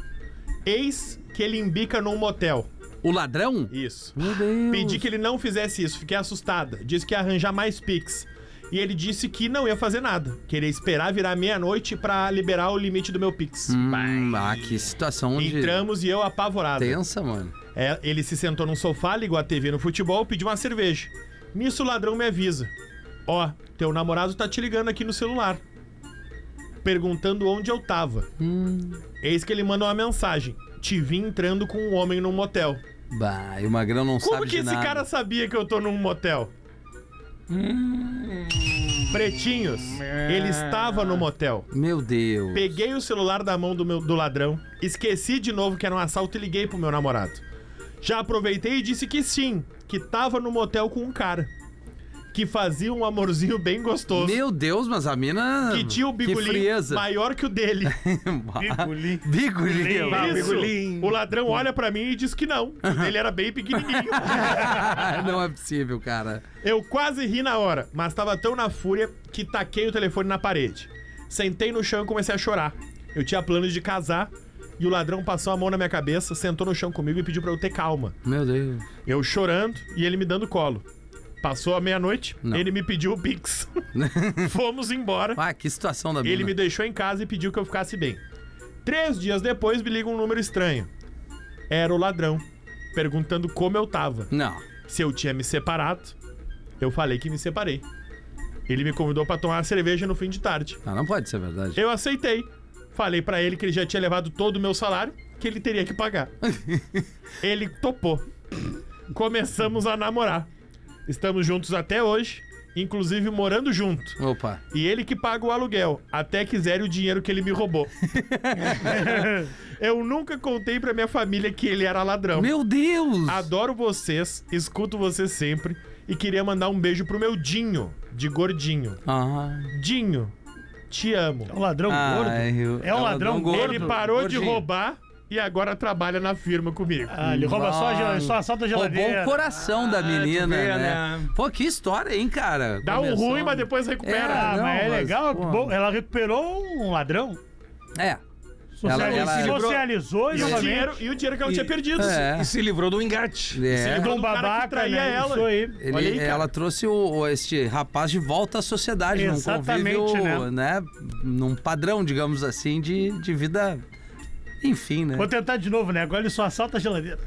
S7: Eis que ele embica num motel.
S3: O ladrão?
S7: Isso.
S3: Meu Deus.
S7: Pedi que ele não fizesse isso, fiquei assustada. Disse que ia arranjar mais Pix. E ele disse que não ia fazer nada. Queria esperar virar meia-noite pra liberar o limite do meu Pix.
S3: Hum, ah, que situação de
S7: Entramos e eu apavorado.
S3: tensa, mano.
S7: É, ele se sentou num sofá, ligou a TV no futebol, pediu uma cerveja. Nisso o ladrão me avisa. Ó, teu namorado tá te ligando aqui no celular. Perguntando onde eu tava.
S3: Hum.
S7: Eis que ele mandou uma mensagem. Te vi entrando com um homem num motel.
S3: Bah, e o Magrão não
S7: Como
S3: sabe
S7: que
S3: de
S7: esse
S3: nada.
S7: cara sabia que eu tô num motel?
S3: Hum.
S7: Pretinhos, ele estava no motel.
S3: Meu Deus.
S7: Peguei o celular da mão do, meu, do ladrão, esqueci de novo que era um assalto e liguei pro meu namorado. Já aproveitei e disse que sim, que tava no motel com um cara. Que fazia um amorzinho bem gostoso.
S3: Meu Deus, mas a mina...
S7: que tinha o
S3: Que
S7: bigolinho
S3: frieza.
S7: maior que o dele.
S4: Bigolim.
S3: Bigolinho.
S4: Ah,
S7: Isso,
S4: bigolim.
S7: o ladrão olha pra mim e diz que não. Ele era bem pequenininho.
S3: não é possível, cara.
S7: Eu quase ri na hora, mas tava tão na fúria que taquei o telefone na parede. Sentei no chão e comecei a chorar. Eu tinha planos de casar e o ladrão passou a mão na minha cabeça, sentou no chão comigo e pediu pra eu ter calma.
S3: Meu Deus.
S7: Eu chorando e ele me dando colo. Passou a meia-noite,
S3: Não.
S7: ele me pediu o Pix. Fomos embora.
S3: Ah, que situação da mina.
S7: Ele me deixou em casa e pediu que eu ficasse bem. Três dias depois me liga um número estranho. Era o ladrão, perguntando como eu tava
S3: Não.
S7: se eu tinha me separado. Eu falei que me separei. Ele me convidou pra tomar uma cerveja no fim de tarde.
S3: não, não pode ser verdade.
S7: Eu aceitei. Falei pra ele que ele já tinha levado todo o meu salário, que ele teria que pagar. ele topou. Começamos a namorar. Estamos juntos até hoje, inclusive morando junto.
S3: Opa.
S7: E ele que paga o aluguel, até que zere o dinheiro que ele me roubou. eu nunca contei pra minha família que ele era ladrão.
S3: Meu Deus.
S7: Adoro vocês, escuto vocês sempre e queria mandar um beijo pro meu Dinho, de gordinho.
S3: Ah.
S7: Dinho, te amo.
S4: É um ladrão gordo. É um ladrão gordo.
S7: Ele parou de roubar e agora trabalha na firma comigo.
S4: Ah, ele rouba só, a gel- só assalta a
S3: Roubou um
S4: geladeira.
S3: o coração
S7: Ah,
S3: da menina,
S5: vê,
S3: né?
S5: né?
S3: Pô, que história, hein, cara?
S7: Dá um
S3: Começou-
S7: ruim, mas depois
S4: Ah,
S7: recupera.
S3: É, não,
S4: mas é
S3: mas,
S4: legal.
S3: pô.
S4: bom, ela recuperou um ladrão.
S3: É.
S4: Socializou,
S3: ela-
S4: se socializou e
S7: E, o
S4: novamente.
S7: dinheiro, e o dinheiro que ela tinha perdido.
S3: É.
S5: E se livrou do engate.
S3: É.
S7: livrou
S4: Com
S7: do cara que
S4: um babaca,
S7: traía
S4: né?
S7: ela.
S4: Isso aí.
S3: Ele- é,
S7: Olha aí, cara.
S3: ela trouxe o, o- este rapaz de volta à sociedade, num
S4: Exatamente,
S3: convívio, né? Num padrão, digamos assim, de, de vida. Enfim, né?
S4: Vou tentar de novo, né? Agora ele só assalta a geladeira.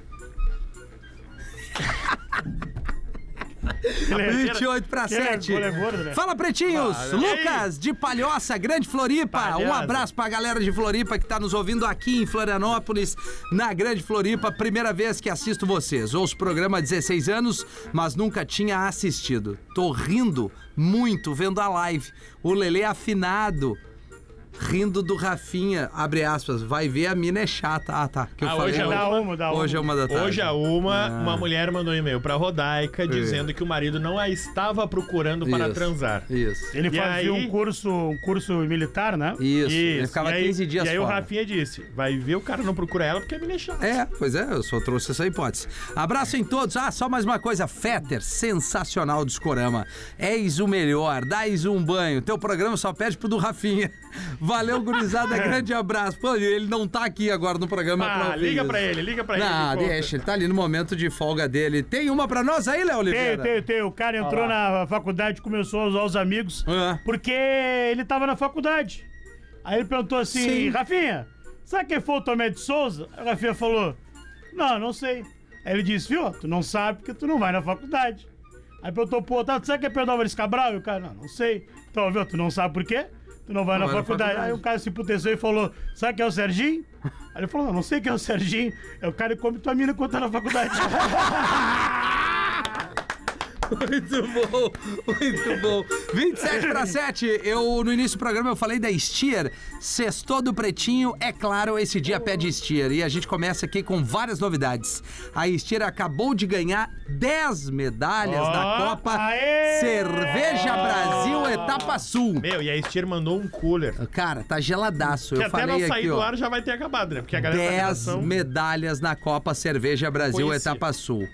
S3: 28 para
S4: Ele é
S3: 7.
S4: gordo, é gordo, né?
S3: Fala, pretinhos! Lucas de Palhoça, Grande Floripa. Um abraço pra galera de Floripa que tá nos ouvindo aqui em Florianópolis, na Grande Floripa. Primeira vez que assisto vocês. Ouço o programa há 16 anos, mas nunca tinha assistido. Tô rindo muito vendo a live. O Lelê afinado. Rindo do Rafinha, abre aspas, vai ver a mina é chata. Ah, tá. que eu
S7: Ah,
S3: falei
S7: hoje é
S4: Dá uma, dá uma.
S3: Hoje é uma da tarde.
S7: Hoje a uma, uma mulher mandou um e-mail pra Rodaica dizendo que o marido não a estava procurando para
S3: Isso.
S7: transar.
S3: Isso.
S4: Ele
S7: E
S4: fazia
S7: aí-
S4: um curso, um curso militar, né?
S3: Isso. Ele ficava
S7: e aí,
S3: 15 dias
S7: E aí
S3: fora.
S7: o Rafinha disse: vai ver o cara não procura ela porque é menina chata.
S3: É, pois é, eu só trouxe essa hipótese. Abraço em todos. Ah, só mais uma coisa. Fetter, sensacional discorama. És o melhor, dais um banho. Teu programa só pede pro do Rafinha. Valeu, gurizada. grande abraço. Pô, ele não tá aqui agora no programa.
S7: Ah,
S3: ouvir
S7: liga
S3: isso.
S7: pra ele, liga pra ele.
S3: Não,
S7: me conta.
S3: deixa, ele tá ali no momento de folga dele. Tem uma pra nós aí, Léo
S4: Tem,
S3: Oliveira?
S4: tem, tem. O cara entrou na faculdade, começou a usar os amigos,
S3: Ah.
S4: porque ele tava na faculdade. Aí ele perguntou assim,
S3: Sim.
S4: Rafinha, sabe quem foi o Tomé de Souza? Aí o Rafinha falou, não, não sei. Aí ele disse, viu, tu não sabe porque tu não vai na faculdade. Aí perguntou, pô, tá, tu sabe quem é Pedro Álvares Cabral? E o cara, não, não sei. Então, viu, tu não sabe por quê? Tu não vai, na, faculdade. Aí o cara se puteceu e falou, sabe quem é o Serginho? Aí ele falou, não, não sei quem é o Serginho. É o cara que come tua mina quando tá na faculdade.
S3: Muito bom, muito bom. 27 para 7. Eu, no início do programa, eu falei da Steer. Sextou do Pretinho, é claro, esse dia pede Steer. E a gente começa aqui com várias novidades. A Steer acabou de ganhar 10 medalhas da Copa
S4: aê!
S3: Cerveja Brasil Etapa Sul.
S7: Meu, e a Estier mandou um cooler.
S3: Cara, tá geladaço.
S7: Que
S3: Eu
S7: até não
S3: falei
S7: sair
S3: aqui,
S7: do
S3: ó.
S7: ar já vai ter acabado, né? Porque a galera da
S3: 10
S7: redação-
S3: medalhas na Copa Cerveja Brasil
S7: Conheci.
S3: Etapa Sul.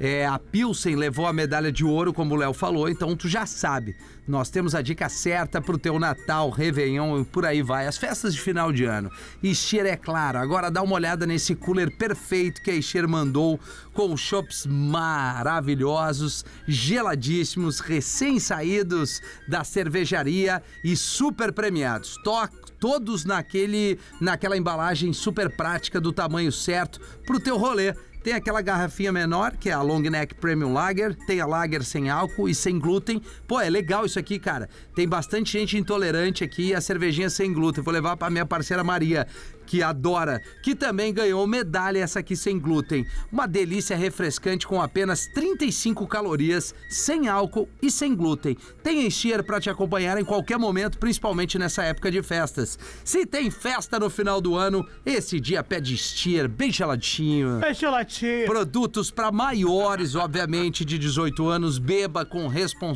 S3: É, a Pilsen levou a medalha de ouro, como o Léo falou, então tu já sabe. Nós temos a dica certa pro teu Natal, Réveillon e por aí vai. As festas de final de ano. Ixer é claro. Agora dá uma olhada nesse cooler perfeito que a Ixer mandou com shops maravilhosos, geladíssimos, recém-saídos da cervejaria e super premiados. Toque todos naquele naquela embalagem super prática do tamanho certo pro teu rolê. Tem aquela garrafinha menor, que é a Long Neck Premium Lager, tem a Lager sem álcool e sem glúten. Pô, é legal isso aqui, cara. Tem bastante gente intolerante aqui e a cervejinha sem glúten. Vou levar pra minha parceira Maria, que adora, que também ganhou medalha essa aqui sem glúten. Uma delícia refrescante com apenas 35 calorias, sem álcool e sem glúten. Tem Enchier para te acompanhar em qualquer momento, principalmente nessa época de festas. Se tem festa no final do ano, esse dia é pede Enchier, bem geladinho.
S4: Fecha latinha.
S3: Produtos para maiores, obviamente, de 18 anos. Beba com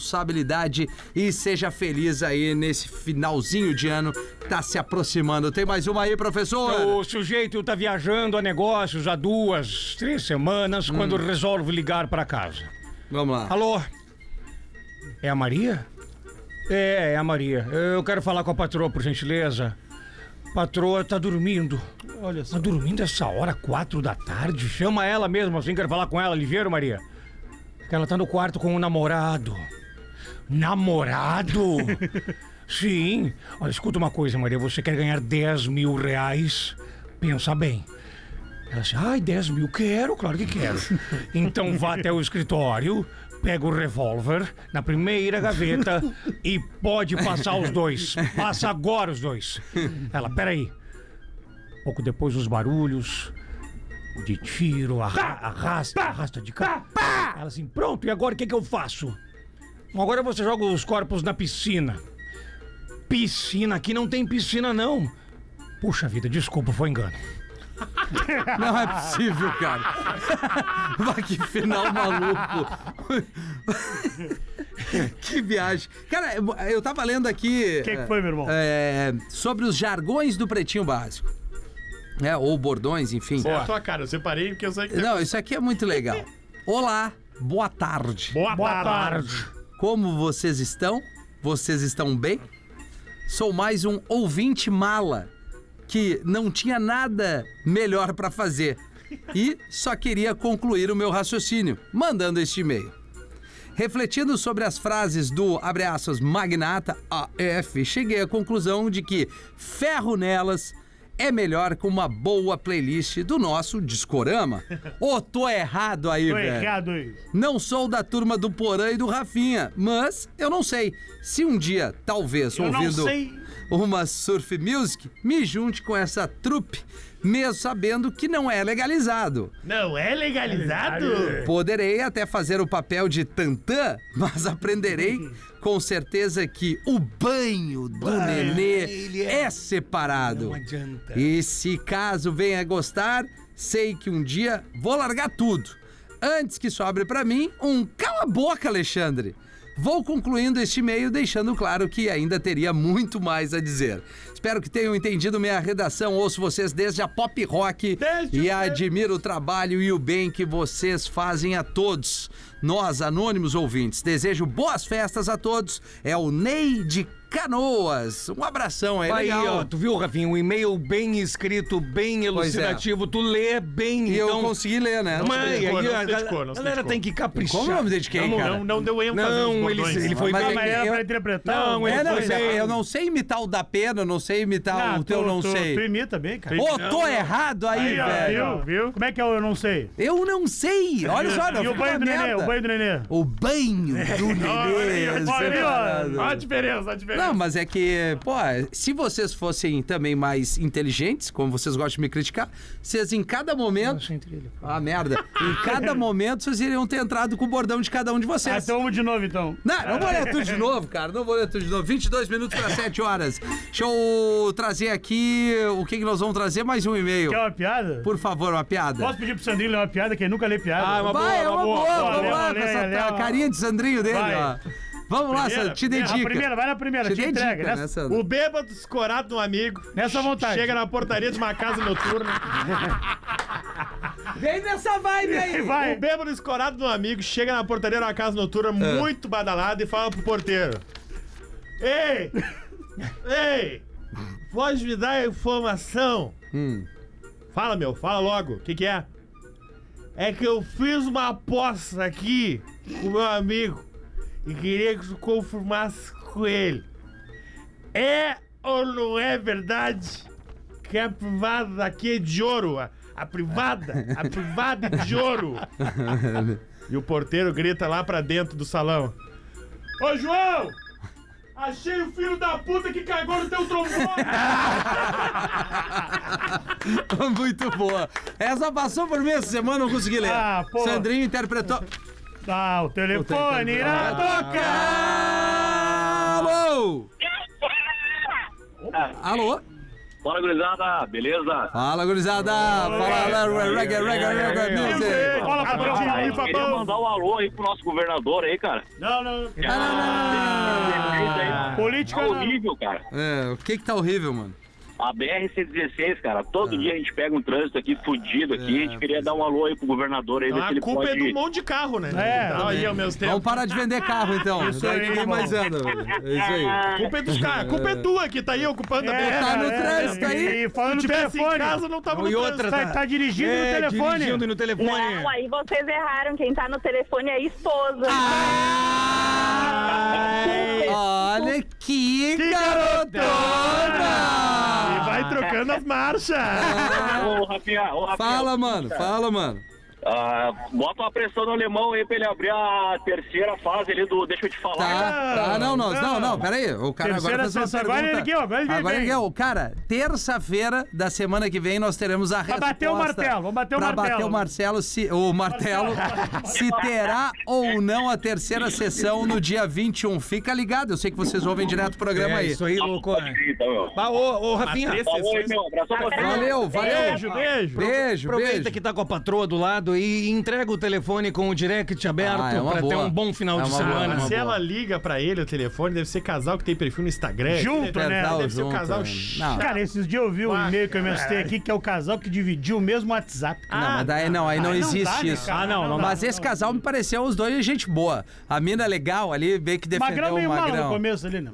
S3: responsabilidade e seja feliz aí nesse finalzinho de ano que tá se aproximando. Tem mais uma aí, professor?
S5: O sujeito tá viajando a negócios há duas, três semanas, quando resolve ligar pra casa.
S3: Vamos lá.
S5: Alô? É a Maria? É, é a Maria. Eu quero falar com a patroa, por gentileza. Patroa tá dormindo. Olha só. Tá dormindo essa hora, quatro da tarde? Chama ela mesmo assim, quero falar com ela, ligeiro, Maria. Que ela tá no quarto com o namorado. Namorado? Sim. Olha, escuta uma coisa, Maria. Você quer ganhar 10 mil reais? Pensa bem. Ela disse, ai, 10 mil, quero, claro que quero. então vá até o escritório, pega o revólver na primeira gaveta e pode passar os dois. Passa agora os dois. Ela, peraí. Um Pouco depois os barulhos de tiro, arra- arrasta, arrasta de cara. Ela assim, pronto, e agora o que, que eu faço? Agora você joga os corpos na piscina. Piscina, aqui não tem piscina não. Puxa vida, desculpa, foi engano.
S3: Não é possível, cara. Vai que final maluco. que viagem. Cara, eu tava lendo aqui. O
S4: Que que foi, meu irmão?
S3: sobre os jargões do Pretinho Básico. É, ou bordões, enfim.
S7: É a tua cara, eu separei porque eu sei que.
S3: Não, isso aqui é muito legal. Olá, boa tarde.
S7: Boa, tarde.
S3: Como vocês estão? Vocês estão bem? Sou mais um ouvinte mala que não tinha nada melhor para fazer e só queria concluir o meu raciocínio mandando este e-mail. Refletindo sobre as frases do abre aspas, magnata AF, cheguei à conclusão de que ferro nelas é melhor que uma boa playlist do nosso Discorama. Ô, tô errado aí,
S4: Tô
S3: velho.
S4: errado aí.
S3: Não sou da turma do Porã e do Rafinha, mas eu não sei. Se um dia, talvez,
S4: Eu não
S3: ouvindo
S4: sei.
S3: uma surf music, me junte com essa trupe, mesmo sabendo que não é legalizado.
S7: Não é legalizado?
S4: É.
S3: Poderei até fazer o papel de tantã, mas aprenderei
S4: Uhum.
S3: com certeza que o banho do nenê é, separado.
S4: é um
S3: E se caso venha gostar, sei que um dia vou largar tudo. Antes que sobre pra mim um cala a boca, Alexandre. Vou concluindo este e-mail deixando claro que ainda teria muito mais a dizer. Espero que tenham entendido minha redação. Ouço vocês desde a pop rock
S7: Desde
S3: e
S7: o
S3: admiro o trabalho e o bem que vocês fazem a todos. Nós, anônimos ouvintes, desejo boas festas a todos. É o Ney de Canoas. Um abração aí,
S5: Aí,
S3: legal.
S5: ó, tu viu, Rafinha? Um e-mail bem escrito, bem
S3: Pois é.
S5: elucidativo. Tu lê bem,
S3: E eu
S5: então...
S3: consegui ler, né?
S5: Mãe, aí,
S7: criticou, não
S5: é, a
S7: criticou, não
S5: gal- galera
S7: criticou.
S5: tem que caprichar.
S3: Como é o nome dele de quem,
S5: Não,
S3: cara?
S7: Não, não deu ênfase
S5: Não,
S7: nos
S5: ele-
S7: bordões.
S5: ele foi-
S3: Mas
S4: Ah,
S3: é
S4: mas
S3: que
S4: era
S3: eu-
S4: pra interpretar. né?
S5: Não,
S4: os
S5: é,
S3: É, não,
S4: bordões
S5: Pois
S3: mas
S4: aí.
S5: é.
S3: eu não sei imitar o da pena, eu não sei imitar
S4: Ah,
S3: o teu
S4: tu-
S3: não
S4: tu- Tu
S3: sei.
S4: imita bem, cara.
S3: Ô, tô errado aí,
S4: Aí, ó,
S3: velho.
S4: viu, viu? Como é que é o eu não sei?
S3: Eu não sei. Olha só, não
S4: E o
S3: ficou
S4: banho do
S3: uma
S4: nenê,
S3: merda.
S4: o banho do nenê.
S3: O banho do nenê. tá
S4: olha,
S3: separado.
S7: Olha a diferença, a diferença.
S3: Não, mas é que, pô, se vocês fossem também mais inteligentes, como vocês gostam de me criticar, vocês em cada momento. Ah, merda. Em cada momento vocês iriam ter entrado com o bordão de cada um de
S4: Ah,
S3: vocês.
S4: então vamos de novo, então.
S3: Não, não vou ler tudo de novo, cara. Não vou ler tudo de novo. 22 minutos para 7 horas. Deixa eu trazer aqui o que, que nós vamos trazer. Mais um e-mail.
S4: Quer uma piada?
S3: Por favor, uma piada.
S4: Posso pedir pro Sandrinho ler uma piada, que ele nunca lê piada.
S5: Ah, é uma
S3: Vai, é uma boa.
S4: boa,
S3: Vamos lá
S4: lê,
S3: com
S4: lê,
S3: essa
S4: lê, ó.
S3: carinha de Sandrinho dele,
S4: Vai.
S3: ó. Vamos lá, Sandro, te
S4: É, A
S3: dedica.
S4: primeira, vai na primeira,
S3: Te
S4: te,
S3: dedica,
S4: entrega.
S3: né,
S4: Nessa-
S3: Sandro?
S7: O bêbado escorado no amigo.
S4: Nessa vontade.
S7: Chega na portaria de uma casa noturna.
S3: Vem nessa vibe aí.
S7: O
S4: Vai.
S7: Um bêbado escorado no amigo chega na portaria de uma casa noturna muito badalada e fala pro porteiro: Ei! Ei! Pode me dar a informação? Fala, meu, fala logo. O que, que é? É que eu fiz uma aposta aqui com meu amigo e queria que tu confirmasse com ele. É ou não é verdade que a privada daqui é de ouro? A, a privada, a privada é de ouro. e o porteiro grita lá pra dentro do salão. Ô, João! Achei o filho da puta que cagou no teu trombone!
S3: Muito boa. Essa passou por mim essa semana, não consegui ler.
S4: Ah, pô.
S3: Sandrinho interpretou.
S4: Ah, o telefone
S3: Puta,
S4: irá tocar.
S3: Alô! Alô?
S6: Bora, gurizada, beleza?
S3: Fala, gurizada! Fala, reggae, reggae, reggae, music!
S4: Fala,
S6: Ah,
S4: Fabião,
S6: eu
S4: Fabão.
S6: queria mandar um alô aí pro nosso governador aí, cara.
S4: Não, não.
S6: Ah,
S4: Política
S6: Tá
S4: não.
S6: horrível, cara.
S3: É, o que que tá horrível, mano?
S6: A BR-116, cara, todo
S3: Ah.
S6: dia a gente pega um trânsito aqui fudido aqui.
S3: É,
S6: a gente queria dar um alô aí pro governador aí, ver se
S7: A
S6: ele
S7: culpa é
S6: pode...
S7: do monte de carro, né?
S4: É,
S7: Tá aí ao mesmo tempo.
S3: Vamos parar de vender carro, então. Isso
S4: aí,
S3: ninguém mais anda, velho. É isso aí.
S7: A culpa é dos caras, a culpa é tua que tá aí ocupando a BR.
S3: tá no
S4: é,
S3: trânsito
S4: é,
S3: aí.
S4: E falando no
S7: Se tivesse
S3: assim,
S4: telefone.
S7: em casa, não tava no
S5: E outra,
S7: trânsito.
S4: tá, tá dirigindo no
S5: É,
S4: telefone.
S5: dirigindo no telefone.
S8: Não, aí vocês erraram. Quem tá no telefone é a esposa.
S3: Olha que garotona!
S7: E
S4: tá
S7: vai trocando as marchas.
S6: Ô, Rafinha, ô, Rafinha.
S3: Ah. Fala, mano, fala, mano.
S6: Ah, bota uma pressão no alemão aí pra ele abrir a terceira fase ali do Deixa eu te falar. cara.
S3: Tá, tá, não, não, não, não, peraí. O cara
S4: Terceira
S3: agora fez uma
S4: sessão,
S3: pergunta.
S4: agora ele ergueu, agora ele veio bem.
S3: ergueu. Cara, terça-feira da semana que vem nós teremos a resposta.
S4: bater o martelo, vamos bater o
S3: pra
S4: martelo.
S3: bater o Marcelo, se, o martelo, se terá ou não a terceira sessão no dia 21. Fica ligado, eu sei que vocês ouvem direto o programa
S5: É
S3: aí. né?
S5: isso aí, louco.
S6: Então, meu.
S5: Bah, ô, ô,
S4: é.
S5: Rafinha,
S6: Falou aí, meu. Abraço pra você.
S3: Valeu, valeu.
S7: Beijo, beijo.
S3: Beijo,
S5: aproveita
S3: beijo.
S5: que tá com a patroa do lado e entrega o telefone com o direct aberto
S3: Ah, é uma
S5: pra ter
S3: boa.
S5: um bom final
S3: É
S5: de
S3: uma boa,
S5: semana.
S3: é uma
S7: Se ela liga pra ele o telefone, deve ser casal que tem perfil no Instagram.
S4: Junto, né?
S3: Casal
S7: Deve ser um
S3: junto,
S7: casal
S3: né?
S7: chato.
S4: Cara, esses dias eu vi um
S7: Ah,
S4: e-mail que eu MST aqui, que é o casal que dividiu o mesmo WhatsApp.
S3: Não,
S5: Ah,
S3: não, mas daí não, aí não
S4: Aí não
S3: existe
S4: dá, né,
S3: isso.
S4: cara? Ah, não, não
S3: Mas
S4: dá,
S3: esse
S4: não
S3: casal me pareceu os dois gente boa. A mina legal ali, bem que defendeu
S4: Magrão meio
S3: o
S4: mal no
S3: é Magrão.
S4: começo ali, né?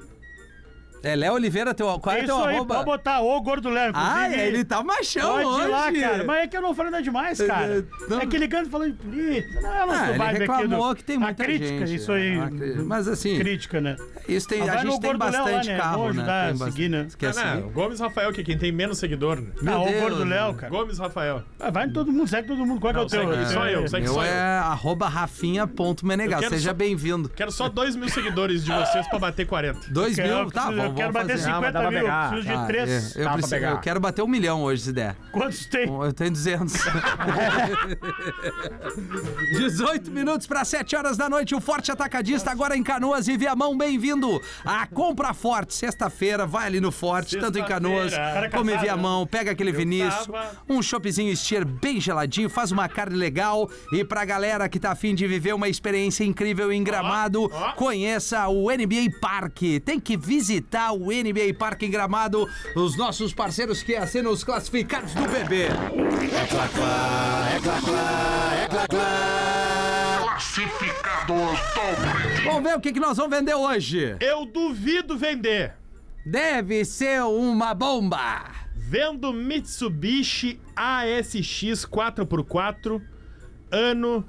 S3: É Léo Oliveira, teu, qual
S4: É
S3: é teu
S4: isso aí,
S3: arroba?
S4: pode botar o Gordo Léo.
S3: ah,
S4: inclusive,
S3: ele tá machão
S4: Pode
S3: hoje.
S4: ir lá, cara. Mas é que eu não falo nada demais,
S3: É,
S4: cara.
S3: não-
S4: É que ligando e falando de política. Não, é
S3: Ah,
S4: nosso
S3: ele
S4: vibe aqui
S3: reclamou
S4: do-
S3: que tem
S4: a
S3: muita
S4: crítica,
S3: gente,
S4: isso aí.
S3: é, a crítica. Mas assim-
S4: Crítica, né?
S3: Isso tem,
S4: Mas
S3: a
S4: vai
S3: gente
S4: no
S3: tem
S4: Gordo Léo lá,
S3: bastante
S4: né?
S3: carro,
S4: Vamos
S3: né?
S4: ajudar
S3: Tem
S4: a seguir, né?
S3: Você quer
S7: Ah, não,
S3: seguir?
S7: o Gomes Rafael, que é quem tem menos seguidor, né?
S3: Meu
S4: Não, o
S3: Deus,
S4: Ah, Gordo Léo,
S3: né?
S4: cara.
S7: Gomes Rafael.
S4: Ah, Vai em todo mundo, segue todo mundo. Qual que é
S7: Não,
S4: o teu?
S7: segue só eu, segue
S3: Meu
S7: só eu.
S3: é arroba rafinha.menegal.
S7: Eu quero
S3: Seja
S7: só-
S3: bem-vindo.
S7: Quero só dois mil seguidores de vocês pra bater 40.
S3: Dois
S4: Quero-
S3: mil, tá?
S4: eu
S3: Vamos,
S4: quero
S3: vamos
S4: bater
S3: fazer.
S4: 50
S5: dá pra
S4: mil,
S5: pegar.
S4: preciso
S3: Ah,
S4: de três. Tá,
S3: é, eu,
S5: pra
S3: preciso-
S5: pegar.
S3: eu quero bater um milhão hoje, se der.
S4: Quantos tem?
S3: Bom, Eu tenho 200. 18 minutos para 7 horas da noite. O Forte Atacadista agora em Canoas e Viamão. Bem-vindo à Compra Forte. Sexta-feira, vai ali no Forte, tanto em Canoas
S7: Sexta-feira.
S3: como em
S7: Cara,
S3: Viamão. Pega aquele vinício,
S7: tava-
S3: um choppzinho Stier bem geladinho, faz uma carne legal. E pra galera que tá afim de viver uma experiência incrível em Gramado, conheça o NBA Parque. Tem que visitar o NBA Parque em Gramado, os nossos parceiros que assinam os classificados do bebê. Vamos ver o que, que nós vamos vender hoje.
S7: Eu duvido vender.
S3: Deve ser uma bomba.
S7: Vendo Mitsubishi ASX 4x4, ano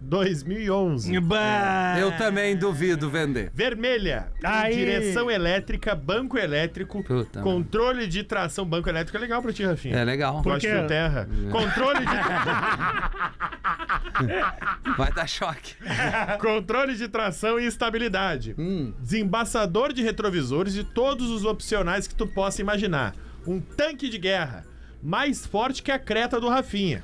S7: 2011.
S5: Bah.
S3: Eu também duvido vender.
S7: Vermelha, com
S4: Aí.
S7: direção elétrica, banco elétrico,
S3: Puta,
S7: controle de tração, banco elétrico é legal pra ti, Rafinha.
S3: É legal. É.
S7: Por
S4: quê?
S7: terra. Controle de,
S3: Vai dar choque.
S7: controle de tração e estabilidade. Desembaçador de retrovisores e todos os opcionais que tu possa imaginar. Um tanque de guerra. Mais forte que a creta do Rafinha.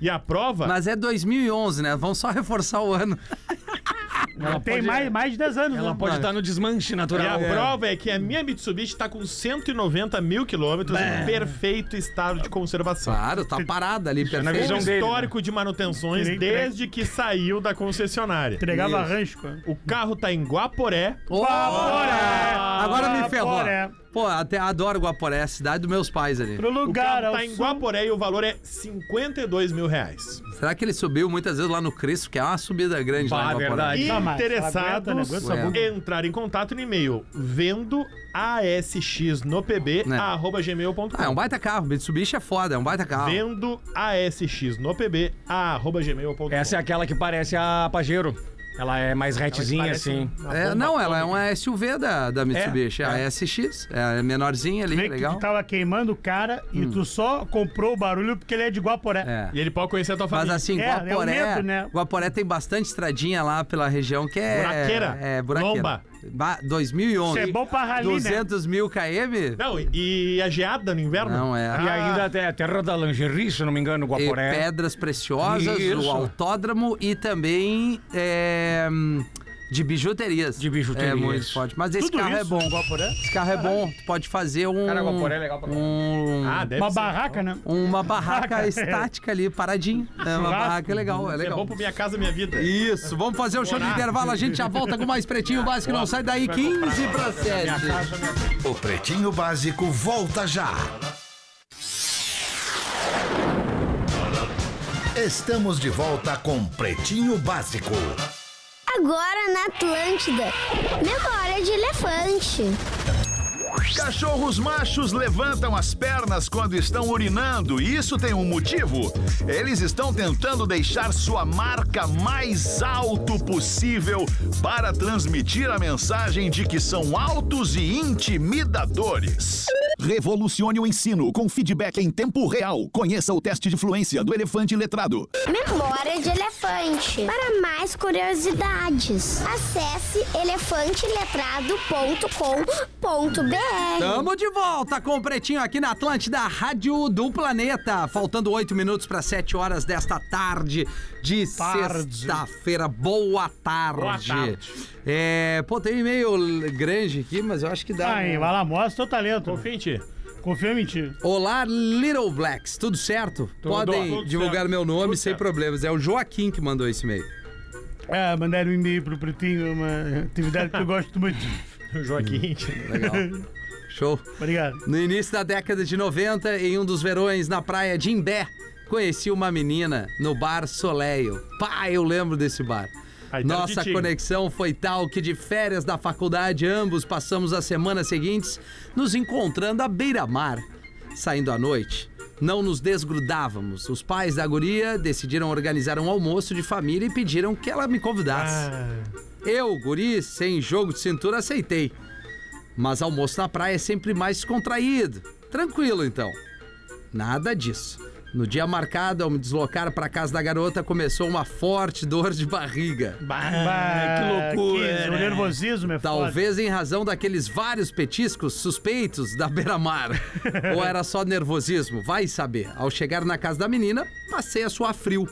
S7: E a prova.
S3: Mas é 2011, né? Vamos só reforçar o ano.
S5: Ela
S4: Tem
S5: pode-
S4: mais, mais de 10 anos,
S5: Ela
S4: né?
S5: pode estar no desmanche
S7: E a
S5: natural. É.
S7: prova é que a minha Mitsubishi tá com 190 mil quilômetros em perfeito estado de conservação.
S3: Claro, tá parada ali,
S5: na
S7: Um
S3: perfeito.
S5: visão dele,
S7: histórico de manutenções
S4: Tirei
S7: desde que saiu da concessionária.
S4: Entregava
S3: Isso.
S4: rancho, cara.
S7: O carro tá em Guaporé.
S3: Guaporé! Agora me ferrou.
S4: Guaporé.
S3: Pô, até adoro Guaporé, cidade dos meus pais ali.
S4: Pro
S7: O
S4: lugar,
S7: carro
S4: ao
S7: tá em
S4: sul.
S7: Guaporé e o valor é 52 mil reais.
S3: Será que ele subiu muitas vezes lá no Crespo, que é uma subida grande lá
S5: Bah,
S3: em Guaporé?
S7: Tá
S5: verdade.
S4: Não, mas aguenta, né?
S7: Interessados
S4: Aguenta essa
S3: É.
S4: bunda.
S7: entrar em contato no e-mail vendo
S3: Né. Ah, é um
S7: asxnopb@gmail.com.
S3: baita carro, Mitsubishi é foda, é um baita carro.
S7: Vendo asxnopb@gmail.com.
S5: Essa é aquela que parece a Pajero. Ela é mais retezinha,
S7: parece um-
S5: assim.
S3: É, não, ela é uma SUV da, da Mitsubishi, é,
S5: é.
S3: a SX, é menorzinha ali,
S4: Vê que
S3: legal. Hum.
S4: tu tá tava queimando o cara e tu só comprou o barulho porque ele é de Guaporé.
S3: É.
S7: E ele pode conhecer a tua
S3: Mas
S7: família.
S3: assim,
S4: É, é o
S3: Guaporé,
S4: medo, né?
S3: Guaporé tem bastante estradinha lá pela região que é...
S7: Buraqueira.
S3: É, buraqueira.
S7: Lomba.
S3: Ba- 2011.
S4: Isso é bom pra rali, né?
S3: 200 mil km?
S7: Não, e e a geada no inverno?
S3: Não, é.
S5: E
S7: Ah.
S5: ainda até a terra da lingerie, se eu não me engano,
S3: E
S5: Guaporé.
S3: pedras preciosas,
S5: Isso.
S3: o autódromo e também é, hum, de bijuterias.
S5: De bijuterias.
S3: É muito forte. Mas esse
S4: Tudo
S3: carro é
S4: isso?
S3: bom. Esse carro é bom. Tu pode fazer um.
S5: Cara, Guaporé é legal pra caralho.
S3: um-
S7: Ah, deve
S4: Uma
S7: ser.
S4: barraca, né?
S3: uma barraca estática ali, paradinha. É uma barraca é legal, é
S7: É bom
S3: legal.
S7: pro Minha Casa Minha Vida.
S3: Isso, vamos fazer o show de intervalo, a gente já volta com mais pretinho básico, não sai daí 15 para 7.
S2: O Pretinho Básico volta já. Estamos de volta com Pretinho Básico.
S9: Agora na Atlântida. Memória de elefante.
S2: Cachorros machos levantam as pernas quando estão urinando e isso tem um motivo. Eles estão tentando deixar sua marca mais alto possível para transmitir a mensagem de que são altos e intimidadores. Revolucione o ensino com feedback em tempo real. Conheça o teste de fluência do elefante letrado.
S9: Memória de elefante. Para mais curiosidades, acesse elefanteletrado.com.br.
S3: Tamo de volta com o Pretinho aqui na Atlântida, Rádio do Planeta. Faltando oito minutos para sete horas desta tarde de
S4: Tarde.
S3: sexta-feira. Boa tarde.
S7: Boa tarde.
S3: É, pô, tem um e-mail grande aqui, mas eu acho que dá.
S4: Tá Aí,
S3: um-
S4: Ah, vai lá, mostra o teu talento.
S7: Confia em ti.
S4: Confia em mentir.
S3: Olá, Little Blacks, tudo certo? Podem
S7: tudo
S3: divulgar
S7: certo,
S3: meu nome
S7: tudo
S3: sem
S7: certo.
S3: problemas. É o Joaquim que mandou esse e-mail.
S4: É, mandaram um e-mail pro Pretinho, uma atividade que eu gosto muito.
S3: Hum,
S7: Joaquim.
S3: Legal. Show.
S4: Obrigado.
S3: No início da década de 90, em um dos verões na praia de Imbé, conheci uma menina no bar Soleil. Pá, eu lembro desse bar.
S7: Aí tá no
S3: Nossa
S7: Titinho.
S3: conexão foi tal que de férias da faculdade, ambos passamos as semanas seguintes nos encontrando à beira-mar, saindo à noite. Não nos desgrudávamos. Os pais da guria decidiram organizar um almoço de família e pediram que ela me convidasse.
S7: Ah,
S3: Eu, guri, sem jogo de cintura, aceitei. Mas almoço na praia é sempre mais contraído. Tranquilo, então. Nada disso. No dia marcado, ao me deslocar para casa da garota, começou uma forte dor de barriga.
S4: Bah,
S5: que loucura,
S4: que-
S5: né?
S4: O nervosismo
S3: Tá
S4: é foda.
S3: Talvez em razão daqueles vários petiscos suspeitos da beira-mar. Ou era só nervosismo, vai saber. Ao chegar na casa da menina, passei a suar frio.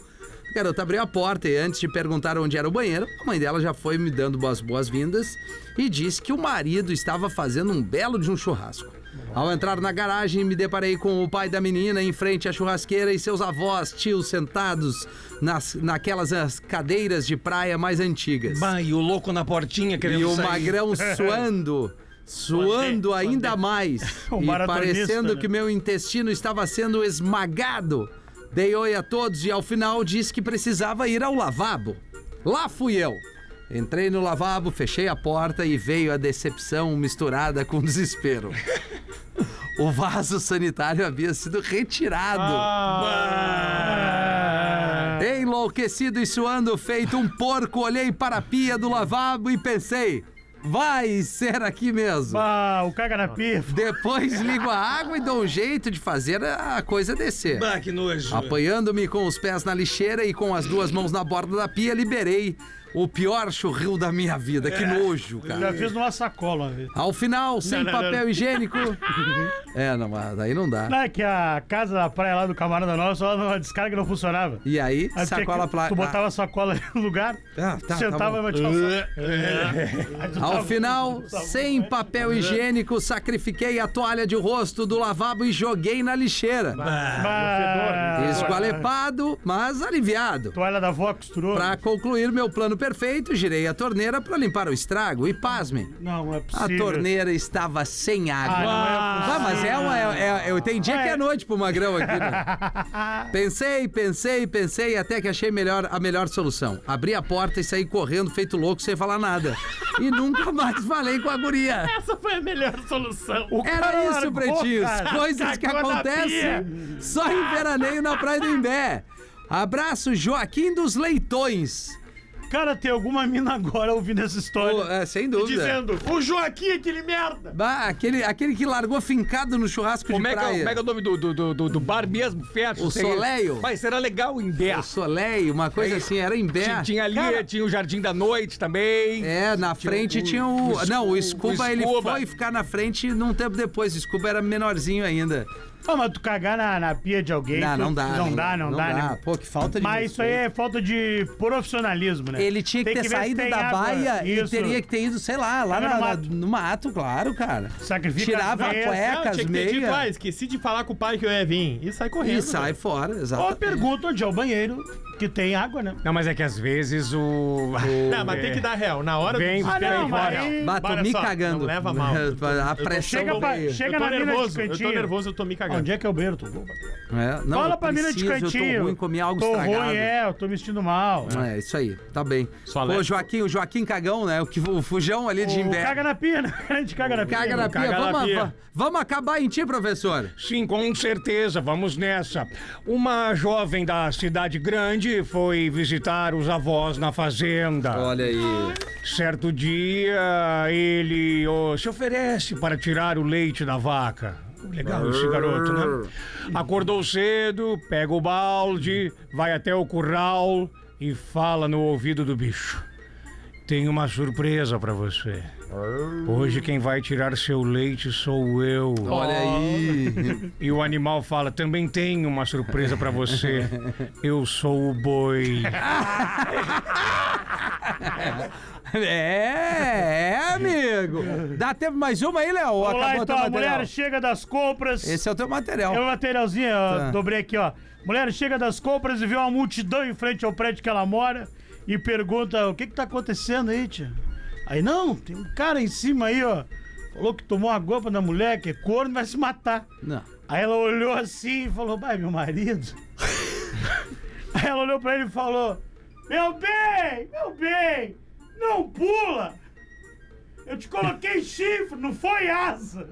S3: A garota abriu a porta e antes de perguntar onde era o banheiro, a mãe dela já foi me dando as boas-vindas e disse que o marido estava fazendo um belo de um churrasco. Ao entrar na garagem, me deparei com o pai da menina em frente à churrasqueira e seus avós, tios, sentados nas, naquelas as cadeiras de praia mais antigas.
S5: Bah, e o louco na portinha querendo
S3: E o
S5: sair.
S3: magrão suando, suando ainda mais.
S4: O
S3: e
S4: maratonista,
S3: parecendo
S4: né?
S3: que meu intestino estava sendo esmagado. Dei oi a todos e ao final disse que precisava ir ao lavabo. Lá fui eu. Entrei no lavabo, fechei a porta e veio a decepção misturada com desespero. O vaso sanitário havia sido retirado.
S4: Ah,
S7: Ah,
S3: Enlouquecido e suando, feito um porco, olhei para a pia do lavabo e pensei: vai ser aqui mesmo.
S4: Bah, Ah, o
S7: Ah,
S4: caga na pia.
S3: Depois ligo a água e dou um jeito de fazer a coisa descer.
S5: Bah, que nojo.
S3: Apanhando-me com os pés na lixeira e com as duas mãos na borda da pia, liberei o pior churril da minha vida. Que nojo,
S4: Já
S3: cara.
S4: fiz numa sacola uma vez.
S3: Ao final, sem
S7: não,
S3: papel
S7: não.
S3: higiênico. é, não, mas daí não dá.
S4: Não, é que a casa da praia lá do Camarada Nossa, só uma descarga e não funcionava.
S3: E aí,
S4: Aí tinha
S3: sacola
S4: que-
S3: plástica.
S4: Tu botava a sacola no lugar,
S3: Ah, tá, tá
S4: sentava
S3: bom.
S4: e batia uma Tá
S3: Ao final, sem papel higiênico, sacrifiquei a toalha de rosto do lavabo e joguei na lixeira. né? Esqualepado, mas aliviado.
S4: Toalha da vó costurou.
S3: é? Pra concluir meu plano perfeito, girei a torneira pra limpar o estrago e pasmem.
S4: Não, não é
S3: A
S4: possível.
S3: torneira estava sem água.
S4: Ah, não é
S3: Ah, mas é uma. é- é- eu tem dia que é noite pro Magrão aqui, né? Pensei, pensei, pensei, até que achei melhor, a melhor solução. Abri a porta e saí correndo, feito louco, sem falar nada. E nunca mais falei com a guria.
S7: Essa foi a melhor solução.
S3: Era isso,
S4: largou,
S3: Pretinhos.
S4: cara.
S3: Coisas que
S7: Cagou na
S3: acontecem só em veraneio na Praia do Imbé. Abraço, Joaquim dos Leitões.
S4: Cara, tem alguma mina agora ouvindo essa
S3: Pô,
S4: história.
S3: é, sem dúvida.
S7: Dizendo, o Joaquim, aquele merda.
S3: Bah, aquele, aquele que largou fincado no churrasco
S5: Como
S3: de
S5: é, que é,
S3: praia.
S5: como é que é o nome do, do, do, do- do bar mesmo? Fecha.
S3: O Soleil.
S5: Mas será legal em Bé.
S3: O Soleil, uma coisa assim, era em Bé.
S5: Tinha- Tinha ali, tinha o Jardim da Noite também.
S3: É, na frente tinha o.
S5: o
S3: não, o
S5: Scu-
S3: Scuba,
S5: o
S3: ele
S5: Scuba.
S3: foi ficar na frente num tempo depois. O Scuba era menorzinho ainda.
S4: Ah, mas tu cagar na, na pia de alguém.
S3: Não,
S4: tu-
S3: não dá.
S4: Não dá, não, dá, né?
S3: Pô, que falta de.
S4: Mas isso aí
S3: respeito.
S4: é falta de profissionalismo, né?
S3: Ele tinha que
S4: Tem
S3: ter
S4: ver se
S3: saído
S4: tem
S3: da
S4: água.
S3: baia e
S4: Isso.
S3: teria que ter ido, sei lá, lá
S4: Era
S3: na,
S4: no
S3: na-
S4: mato.
S3: no mato, claro, cara.
S4: Sacrifica
S3: Tirava
S4: as
S3: a
S4: veias.
S3: cueca,
S7: Não,
S3: as
S7: tinha que ter dito, ah,
S3: meias.
S7: esqueci de falar com o pai que eu ia vir. E sai correndo.
S3: E sai
S7: velho.
S3: fora,
S4: Ou
S3: exatamente.
S4: pergunta onde é o banheiro, que tem água, né?
S5: Não, mas é que às vezes o.
S7: Não, mas tem que dar real. Na hora
S5: Vem,
S7: desespero,
S5: vem
S7: tem que dar
S5: embora.
S7: real.
S3: Bah, tô
S7: Olha
S3: me
S7: só,
S3: cagando.
S7: Não leva mal. Eu tô-
S3: A
S7: eu tô-
S3: pressão
S4: Chega
S3: do
S4: pra-
S3: meio.
S4: chega
S7: eu tô
S4: na mina de
S7: nervoso, eu tô
S4: cantinho.
S7: nervoso, eu tô me cagando.
S4: Onde é que é o banheiro? Tu?
S3: É, não,
S4: Fala
S3: eu
S4: pra mina de
S3: preciso, Eu
S4: cantinho.
S3: tô ruim, comi algo
S4: Tô
S3: estragado.
S4: ruim, é, eu tô me sentindo mal.
S3: É, isso aí, tá bem.
S7: Só
S3: Pô,
S7: leva.
S3: Joaquim, o Joaquim Cagão, né? O, que, o fujão ali de
S4: O
S3: Imbé.
S4: caga na pia, né? A gente caga na pia.
S3: Caga na pia.
S7: Caga na
S3: Vamos,
S7: pia.
S3: va- vamos acabar em ti, professor.
S5: Sim, com certeza, vamos nessa. Uma jovem da cidade grande foi visitar os avós na fazenda.
S3: Olha aí.
S5: Certo dia, ele ô, se oferece para tirar o leite da vaca. Legal esse garoto, né? Acordou cedo, pega o balde, vai até o curral e fala no ouvido do bicho. Tenho uma surpresa para você. Hoje quem vai tirar seu leite sou eu.
S3: Olha aí.
S5: E o animal fala: também tenho uma surpresa pra você. Eu sou o boi.
S3: É, é, amigo. Dá tempo mais uma aí, Léo? ou
S4: Vamos lá
S3: Acabou o teu
S4: então, a
S3: material.
S4: mulher chega das compras.
S3: Esse é o teu material.
S4: É o materialzinho, ó,
S3: Tá.
S4: dobrei aqui, ó. Mulher chega das compras e vê uma multidão em frente ao prédio que ela mora e pergunta: o que que tá acontecendo aí, tia? Aí, não, tem um cara em cima aí, ó. Falou que tomou uma gopa da mulher, que é corno, vai se matar.
S3: Não.
S4: Aí ela olhou assim e falou: vai, meu marido. aí ela olhou pra ele e falou: meu bem, meu bem, não pula. Eu te coloquei chifre, não foi asa.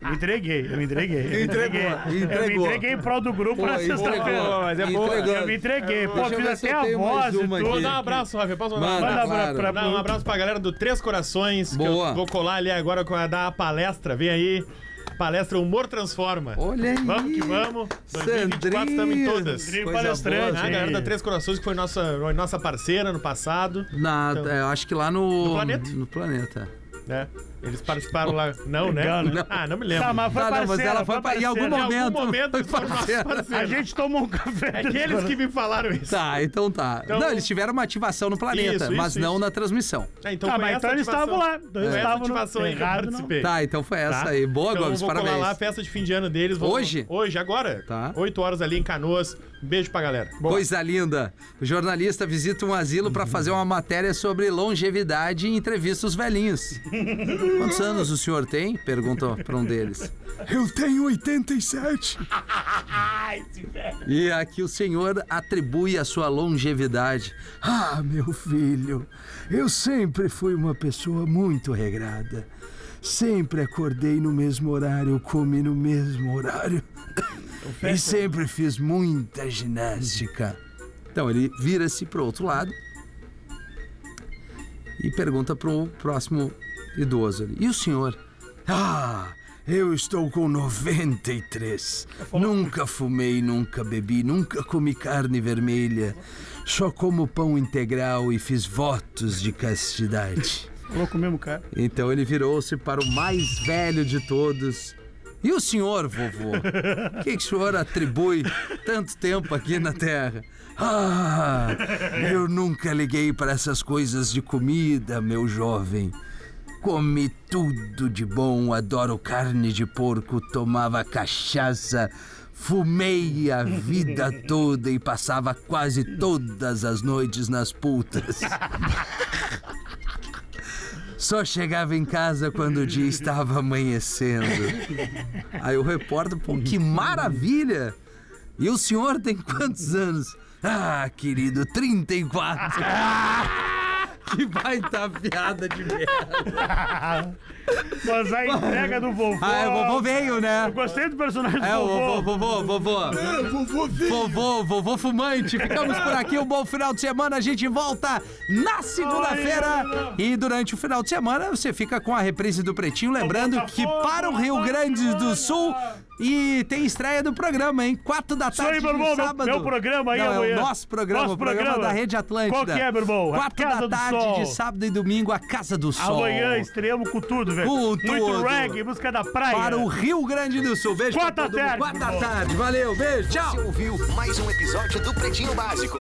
S4: Me entreguei, eu me entreguei. Eu me entreguei. Eu me
S3: entregou.
S4: entreguei em prol do grupo na
S5: entregou,
S4: sexta-feira.
S5: mas é boa.
S3: Entregou.
S4: Eu me entreguei. Pô,
S3: Deixa eu
S4: fiz
S3: ver se
S4: até
S3: eu
S4: a
S3: tenho mais
S4: voz e
S3: uma
S4: tudo.
S3: aqui.
S7: Dá um abraço, Rafa. Posso mandar um
S3: Manda,
S4: Manda
S7: abraço?
S4: pra- pra-
S7: Dá um abraço pra galera do Três Corações.
S3: Boa.
S7: Que eu vou colar ali agora com a da palestra. Vem aí. Palestra Humor Transforma.
S3: Olha aí.
S7: Vamos que vamos. 2024 estamos em todas.
S3: Sandrinho,
S4: Coisa
S3: palestrante.
S4: boa,
S7: Ah, a
S4: Sim.
S7: galera da Três Corações, que foi nossa, foi nossa parceira no passado,
S3: Na, é, eu acho que lá no.
S7: No planeta?
S3: No planeta.
S7: né? Eles participaram lá. Não, né?
S4: Legal, né?
S7: Ah, não me lembro.
S4: Tá, mas foi
S3: Tá, não, mas
S4: parceira,
S3: ela foi pra- em algum
S4: parceira.
S3: momento.
S7: Em algum momento
S3: foi
S7: eles foram nossos
S3: parceiro.
S4: A
S7: parceiros.
S4: gente tomou um café.
S7: É Aqueles que me falaram isso.
S3: Tá, então tá. não, eles tiveram uma ativação no planeta,
S7: Isso,
S3: mas
S7: isso,
S3: não
S7: isso.
S3: na transmissão.
S7: Ah, então
S4: Tá,
S7: foi
S4: mas
S7: essa
S4: então eles
S7: ativação.
S4: estavam lá. Então eles
S7: Foi essa
S4: estavam no-
S7: ativação aí que eu
S4: errado, não.
S7: participei.
S3: Tá, então foi essa
S7: Tá?
S3: aí. Boa,
S7: então, eu
S3: Gomes,
S7: vou colar
S3: parabéns.
S7: lá a festa de fim de ano deles. vou-
S3: Hoje?
S7: Hoje, agora.
S3: Tá.
S7: 8 horas ali em Canoas. Beijo pra galera.
S3: Coisa linda. O jornalista visita um asilo pra fazer uma matéria sobre longevidade e entrevista os velhinhos. Quantos anos o senhor tem? Pergunta pra um deles. Eu tenho 87. E aqui o senhor atribui a sua longevidade. Ah, meu filho, eu sempre fui uma pessoa muito regrada. Sempre acordei no mesmo horário, comi no mesmo horário. E sempre fiz muita ginástica. Então ele vira-se pro outro lado e pergunta pro próximo idoso ali. E o senhor? Ah, Eu estou com 93. Nunca fumei, nunca bebi, nunca comi carne vermelha. Só como pão integral e fiz votos de castidade.
S4: Louco mesmo, cara.
S3: Então ele virou-se para o mais velho de todos. E o senhor, vovô? O que, que o senhor atribui tanto tempo aqui na Terra? Ah, eu nunca liguei para essas coisas de comida, meu jovem. Comi tudo de bom, adoro carne de porco, tomava cachaça, fumei a vida toda e passava quase todas as noites nas putas. Só chegava em casa quando o dia estava amanhecendo. Aí o repórter, pô, que maravilha! E o senhor tem quantos anos? Ah, querido, 34. Que baita piada de merda.
S4: Mas a entrega do vovô.
S3: Ah, o vovô veio, né?
S4: Eu gostei do personagem
S3: É,
S4: do
S3: o vovô,
S4: vovô.
S3: vovô, vovô. Vovô, vovô fumante. Ficamos por aqui. Um bom final de semana. A gente volta na segunda-feira. E durante o final de semana você fica com a reprise do Pretinho. Lembrando que para o Rio Grande do Sul. E tem estreia do programa, hein? Quatro da
S4: aí,
S3: tarde
S4: meu irmão,
S3: de
S4: meu-
S3: sábado.
S4: meu programa aí
S3: Não, é
S4: amanhã.
S3: o nosso programa,
S4: Nosso
S3: o programa, da
S4: programa.
S3: Rede Atlântida.
S4: Qual que é, meu irmão? A
S3: Quatro
S4: Casa
S3: da
S4: do
S3: tarde
S4: Sol.
S3: de sábado e domingo, a Casa do Sol.
S4: Amanhã é estreamos com tudo, velho.
S3: Com
S4: Muito
S3: tudo.
S4: reggae, música da praia.
S3: Para o Rio Grande do Sul. Beijo pra
S4: Quatro da
S3: todo mundo.
S4: tarde,
S3: Quatro da
S4: meu irmão.
S3: tarde. Valeu, beijo, tchau.
S10: Você ouviu mais um episódio do Pretinho Básico.